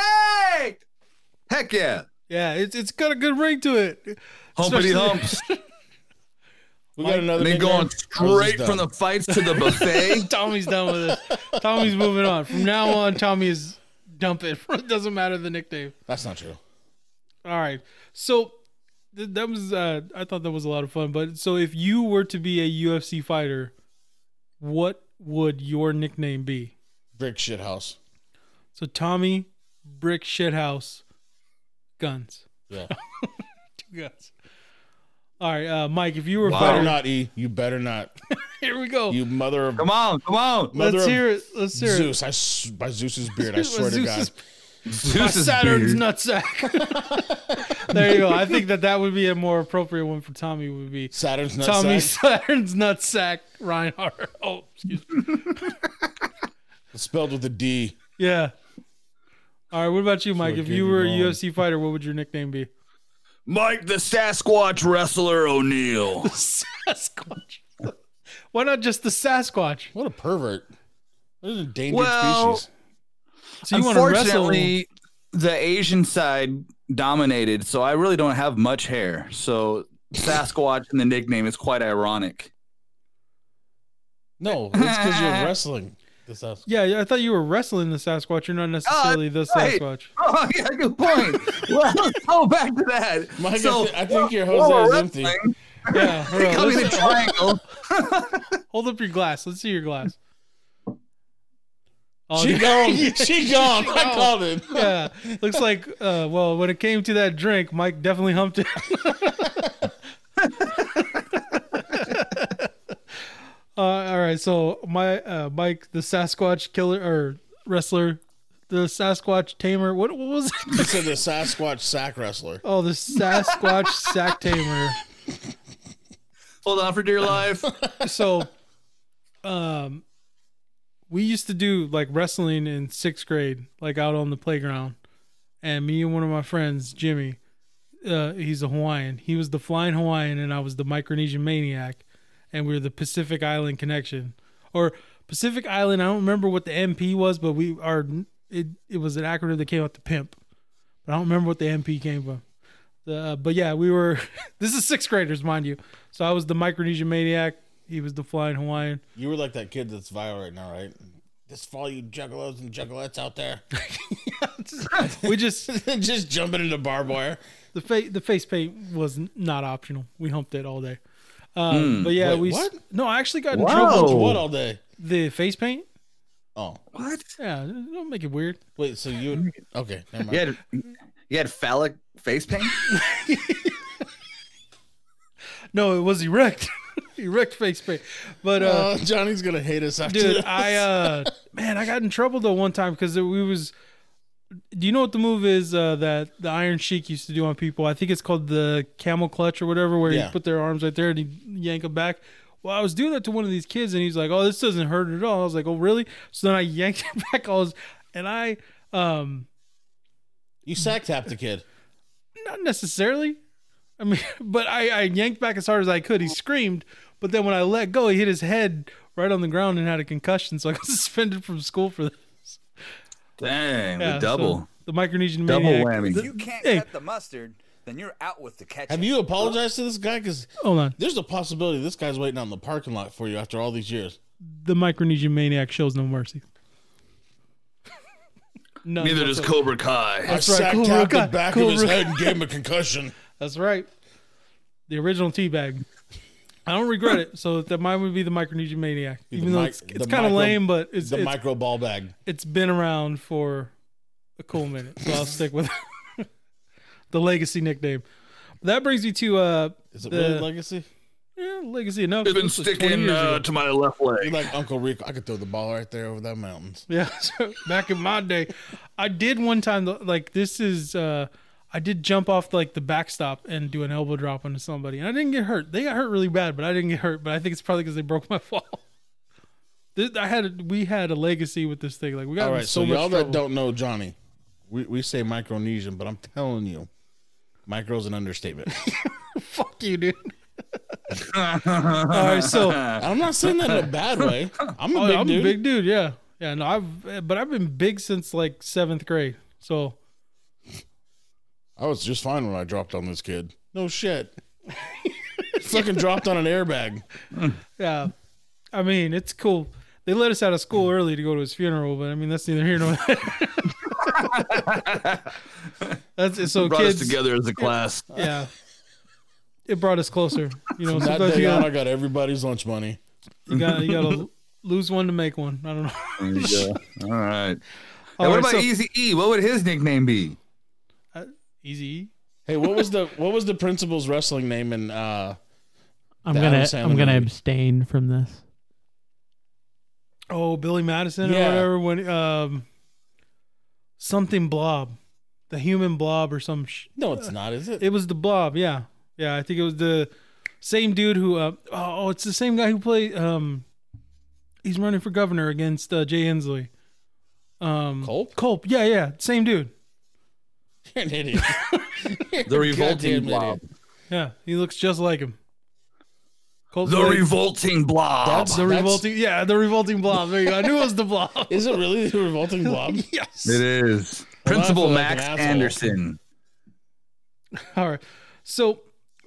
S2: Heck yeah.
S3: Yeah, it's it's got a good ring to it.
S2: Humpity
S3: Especially-
S2: humps.
S4: we got another.
S2: And then
S4: nickname?
S2: going
S4: Or is this
S2: straight from the
S4: done?
S2: fights to the buffet.
S3: Tommy's done with it. Tommy's moving on. From now on, Tommy is dump it. It doesn't matter the nickname.
S4: That's not true.
S3: All right. So th- that was uh, I thought that was a lot of fun. But so if you were to be a UFC fighter, what would your nickname be?
S4: Brick shit house.
S3: So Tommy Brick Shithouse Guns.
S4: Yeah.
S3: Two guns. All right, uh, Mike. If you were a
S4: better
S3: fighter,
S4: not e. You better not.
S3: here we go.
S4: You mother of
S2: come on, come on.
S4: mother
S3: Let's
S4: of
S3: hear it. Let's hear it.
S4: Zeus. I s- by Zeus's beard. I swear to God.
S3: Zeus's
S2: Zeus is
S3: Saturn's
S2: beard.
S3: nutsack. there you go. I think that that would be a more appropriate one for Tommy. Would be
S4: Saturn's not
S3: Tommy
S4: Saturn.
S3: Saturn's nutsack Reinhardt. Oh, excuse me.
S4: Spelled with a D.
S3: Yeah. All right. What about you, Mike?
S4: it
S3: If
S4: gave
S3: you
S4: you
S3: were a
S4: wrong.
S3: UFC fighter, what would your nickname be?
S2: Mike the Sasquatch wrestler O'Neal.
S3: Sasquatch. Why not just the Sasquatch?
S4: What a pervert. This is an endangered
S2: Well,
S4: species.
S3: So you want to wrestle?
S2: Unfortunately, the Asian side dominated, so I really don't have much hair. So Sasquatch and the nickname is quite ironic.
S4: No, it's because you're wrestling. This house.
S3: Yeah, yeah, I thought you were wrestling the Sasquatch. You're not necessarily the
S2: right.
S3: Sasquatch.
S2: Oh yeah, good point. well, let's go back to that.
S4: Mike, I
S2: so,
S4: thi- I think your
S2: while
S4: Jose
S2: we're
S4: is empty.
S2: wrestling,
S3: Yeah. hold on,
S2: Call me
S3: let's-
S2: the triangle.
S3: Hold up your glass. Let's see your glass. Oh,
S4: She
S3: dude.
S4: gone. She gone. I called it.
S3: yeah. Looks like, uh, well, when it came to that drink, Mike definitely humped it. uh, all right. So, my uh, Mike, the Sasquatch killer or wrestler, the Sasquatch tamer. What, what was it?
S4: He said the Sasquatch sack wrestler.
S3: Oh, the Sasquatch sack tamer.
S2: Hold on for dear life.
S3: so um we used to do like wrestling in sixth grade like out on the playground and me and one of my friends jimmy uh he's a hawaiian he was the flying hawaiian and i was the micronesian maniac and we were the pacific island connection or pacific island i don't remember what the mp was but we are it, it was an acronym that came out the pimp but i don't remember what the mp came from uh, but yeah, we were. this is sixth graders, mind you. So I was the Micronesian maniac. He was the flying Hawaiian.
S4: You were like that kid that's viral right now, right? Just follow you juggalos and juggalettes out there.
S3: We just
S4: Just jumping into barbed wire.
S3: the face the face paint was n- not optional. We humped it all day. Um, but yeah,
S4: Wait,
S3: we
S4: what?
S3: no, I actually got in
S2: Wow.
S3: trouble.
S4: What all day?
S3: The face paint.
S4: Oh,
S2: what?
S3: Yeah, don't make it weird.
S4: wait. So you? Okay. Never mind.
S2: You had you had phallic face paint.
S3: No, it was erect, erect face paint. But uh,
S4: Uh, Johnny's gonna hate us after
S3: dude
S4: this.
S3: i uh man i got in trouble though one time because we was do you know what the move is uh that the iron sheik used to do on people i think it's called the camel clutch or whatever where
S4: Yeah.
S3: you put their arms right there and you yank them back well i was doing that to one of these kids and he's like oh this doesn't hurt at all i was like oh really so then i yanked it back i was and i um
S4: you sack tapped the kid.
S3: not necessarily I mean, but I, I yanked back as hard as I could. He screamed, but then when I let go, he hit his head right on the ground and had a concussion. So I got suspended from school for this.
S2: Dang,
S3: Yeah,
S2: the
S3: so
S2: double.
S3: the Micronesian
S2: Double
S3: maniac.
S2: whammy.
S3: the-
S7: If you can't
S3: hey,
S7: cut the mustard, then you're out with the ketchup.
S4: Have you apologized to this guy? Because
S3: Hold on.
S4: there's a possibility this guy's waiting out in the parking lot for you after all these years.
S3: The Micronesian maniac shows no mercy. No,
S2: Neither does Cobra Kai.
S3: That's
S4: I
S3: right,
S4: sacked
S3: Cobra
S4: out
S3: Kai,
S4: the back
S3: Cobra
S4: of his
S3: Kai.
S4: head and gave him a concussion.
S3: That's right. The original teabag. I don't regret it. So that mine would be the Micronesian maniac,
S4: The
S3: even though
S4: mic-
S3: it's,
S4: the
S3: it's kind of
S4: micro-
S3: lame, but it's
S4: the
S3: it's,
S4: micro ball bag.
S3: it's been around for a cool minute, so I'll stick with it. the legacy nickname. That brings me to uh,
S4: Is it
S3: the
S4: really legacy?
S3: yeah, legacy enough.
S2: It's been
S3: This was 20
S2: sticking
S3: years
S2: uh,
S3: ago.
S2: to my left leg.
S4: You're like Uncle Rico. I could throw the ball right there over that mountains.
S3: Yeah, so back in my day, I did one time. though, Like this is, uh I did jump off like the backstop and do an elbow drop onto somebody, and I didn't get hurt. They got hurt really bad, but I didn't get hurt. But I think it's probably because they broke my fall. This, I had a, we had a legacy with this thing. Like we got
S4: All
S3: in
S4: right,
S3: so,
S4: so,
S3: much
S4: y'all
S3: trouble.
S4: that don't know Johnny, we, we say Micronesian, but I'm telling you, micro's an understatement.
S3: Fuck you, dude. All right, so
S4: I'm not saying that in a bad way. I'm a
S3: Oh,
S4: big
S3: I'm
S4: dude.
S3: a big dude. Yeah, yeah. No, I've eh, but I've been big since like seventh grade. So
S4: I was just fine when I dropped on this kid. No shit. Fucking dropped on an airbag.
S3: yeah, I mean it's cool. They let us out of school early to go to his funeral, but I mean that's neither here nor there. that's it. so
S2: Brought
S3: kids.
S2: us together as a class.
S3: Yeah, it brought us closer. You know,
S4: That
S3: sometimes you
S4: day on, I
S3: gotta,
S4: got everybody's lunch money.
S3: you gotta you gotta lose one to make one. I don't know.
S2: There you go. All right.
S3: All
S2: Hey, what
S3: right,
S2: about
S3: so-
S2: Easy E? What would his nickname be? E?
S3: Easy.
S4: Hey, what was the what was the principal's wrestling name in uh
S5: I'm
S4: The
S5: gonna
S4: Adam Sandler
S5: I'm gonna
S4: movie.
S5: abstain from this.
S3: Oh, Billy Madison or
S4: Yeah.
S3: whatever. When um, something blob, the human blob or some sh-
S4: No, it's not, is it?
S3: It was the Blob, yeah, yeah. I think it was the same dude who. Uh, oh, it's the same guy who played. Um, he's running for governor against uh, Jay Inslee. Um,
S4: Culp?
S3: Culp, yeah, yeah, same dude.
S4: You're an idiot.
S2: The Revolting
S4: Goddamn
S2: Blob.
S4: idiot.
S3: Yeah, he looks just like him. Culp
S2: The
S3: played-
S2: Revolting Blob.
S4: That's-
S3: the revolting, yeah, the revolting Blob. There you go. I knew it was the Blob.
S4: Is it really the revolting blob?
S3: yes.
S2: it is.
S4: Well, I
S2: Principal
S4: feel like
S2: Max
S4: an asshole.
S2: Anderson.
S3: All right. So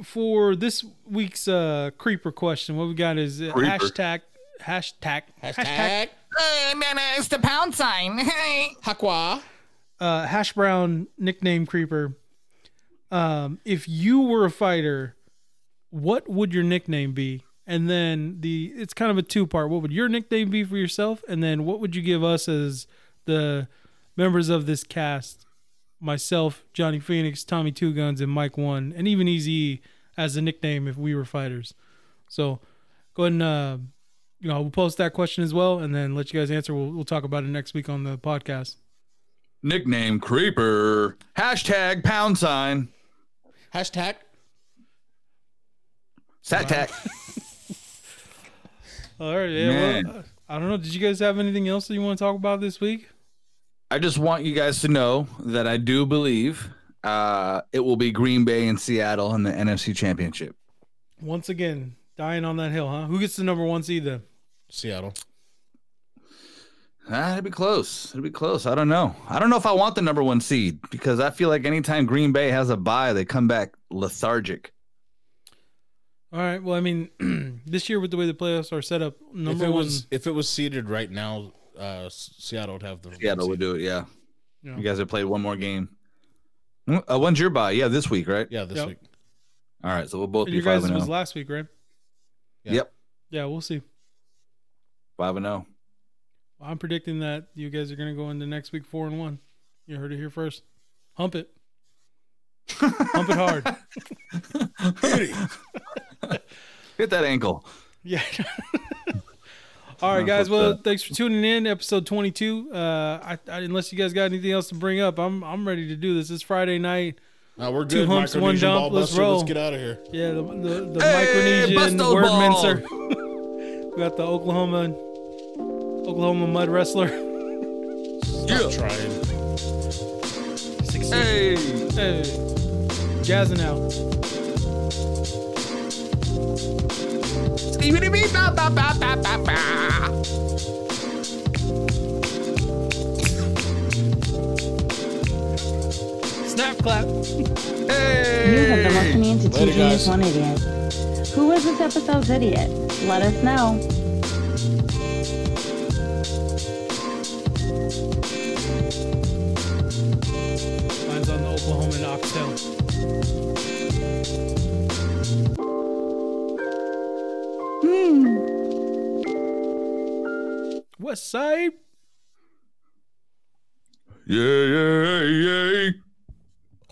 S3: for this week's uh, creeper question, what we got is uh,
S2: Creeper.
S3: hashtag hashtag
S4: Hashtag
S8: Hey, man, uh, it's the pound sign. Hey.
S4: Hakwa.
S3: uh, hash brown nickname creeper. Um, if you were a fighter, what would your nickname be? And then the it's kind of a two part. What would your nickname be for yourself? And then what would you give us as the members of this cast? Myself, Johnny Phoenix, Tommy Two Guns, and Mike One, and even Easy as a nickname if we were fighters. So go ahead and uh, you know we'll post that question as well, and then let you guys answer. We'll, we'll talk about it next week on the podcast.
S2: Nickname Creeper. Hashtag pound sign.
S4: Hashtag
S2: Sat tack.
S3: All right, yeah. Well,
S2: Man.
S3: I don't know. Did you guys have anything else that you want to talk about this week?
S2: I just want you guys to know that I do believe uh, it will be Green Bay and Seattle in the NFC Championship.
S3: Once again, dying on that hill, huh? Who gets the number one seed then?
S4: Seattle.
S2: Ah, it'd be close. It'd be close. I don't know. I don't know if I want the number one seed because I feel like anytime Green Bay has a bye, they come back lethargic.
S3: All right. Well, I mean, this year with the way the playoffs are set up,
S4: If
S3: number
S4: it
S3: one.
S4: was if it was seeded right now, uh, S- Seattle would have the
S2: Seattle would do it. Yeah.
S3: Yeah.
S2: You guys have played one more game. Mm, Uh, when's your bye? Yeah, this week, right?
S4: Yeah, this
S3: Yep.
S4: week.
S2: All right. So we'll both
S3: and
S2: be
S3: your
S2: 5
S3: guys
S2: and oh.
S3: was
S2: 0.
S3: last week, right?
S4: oh. Yeah.
S2: Yep.
S3: Yeah, we'll see.
S2: 5 and oh. 0.
S3: I'm predicting that you guys are going to go into next week four and one. You heard it here first. Hump it. Hump it hard.
S2: Hit that ankle.
S3: Yeah. All right, guys. Well, thanks for tuning in. Episode 22. Uh, I, I, unless you guys got anything else to bring up, I'm I'm ready to do this. It's Friday night.
S4: Now we're
S3: Two
S4: good.
S3: humps, one
S4: Micronesian
S3: dump,
S4: ball
S3: let's
S4: buster.
S3: roll.
S4: Let's get out of here.
S3: Yeah, the the, the
S2: Hey,
S3: Micronesian
S2: Busto
S3: word
S2: Ball.
S3: mincer. we got the Oklahoma Oklahoma mud wrestler.
S4: Stop trying.
S2: Hey.
S3: Hey, jazzing out. Snap clap.
S1: You have been listening to Two
S4: Later,
S1: Genius
S4: guys.
S1: One Idiot. Who was this episode's idiot? Let us know.
S3: Mine's on the Oklahoman oxtail. West Side.
S2: Yeah, yeah, yeah,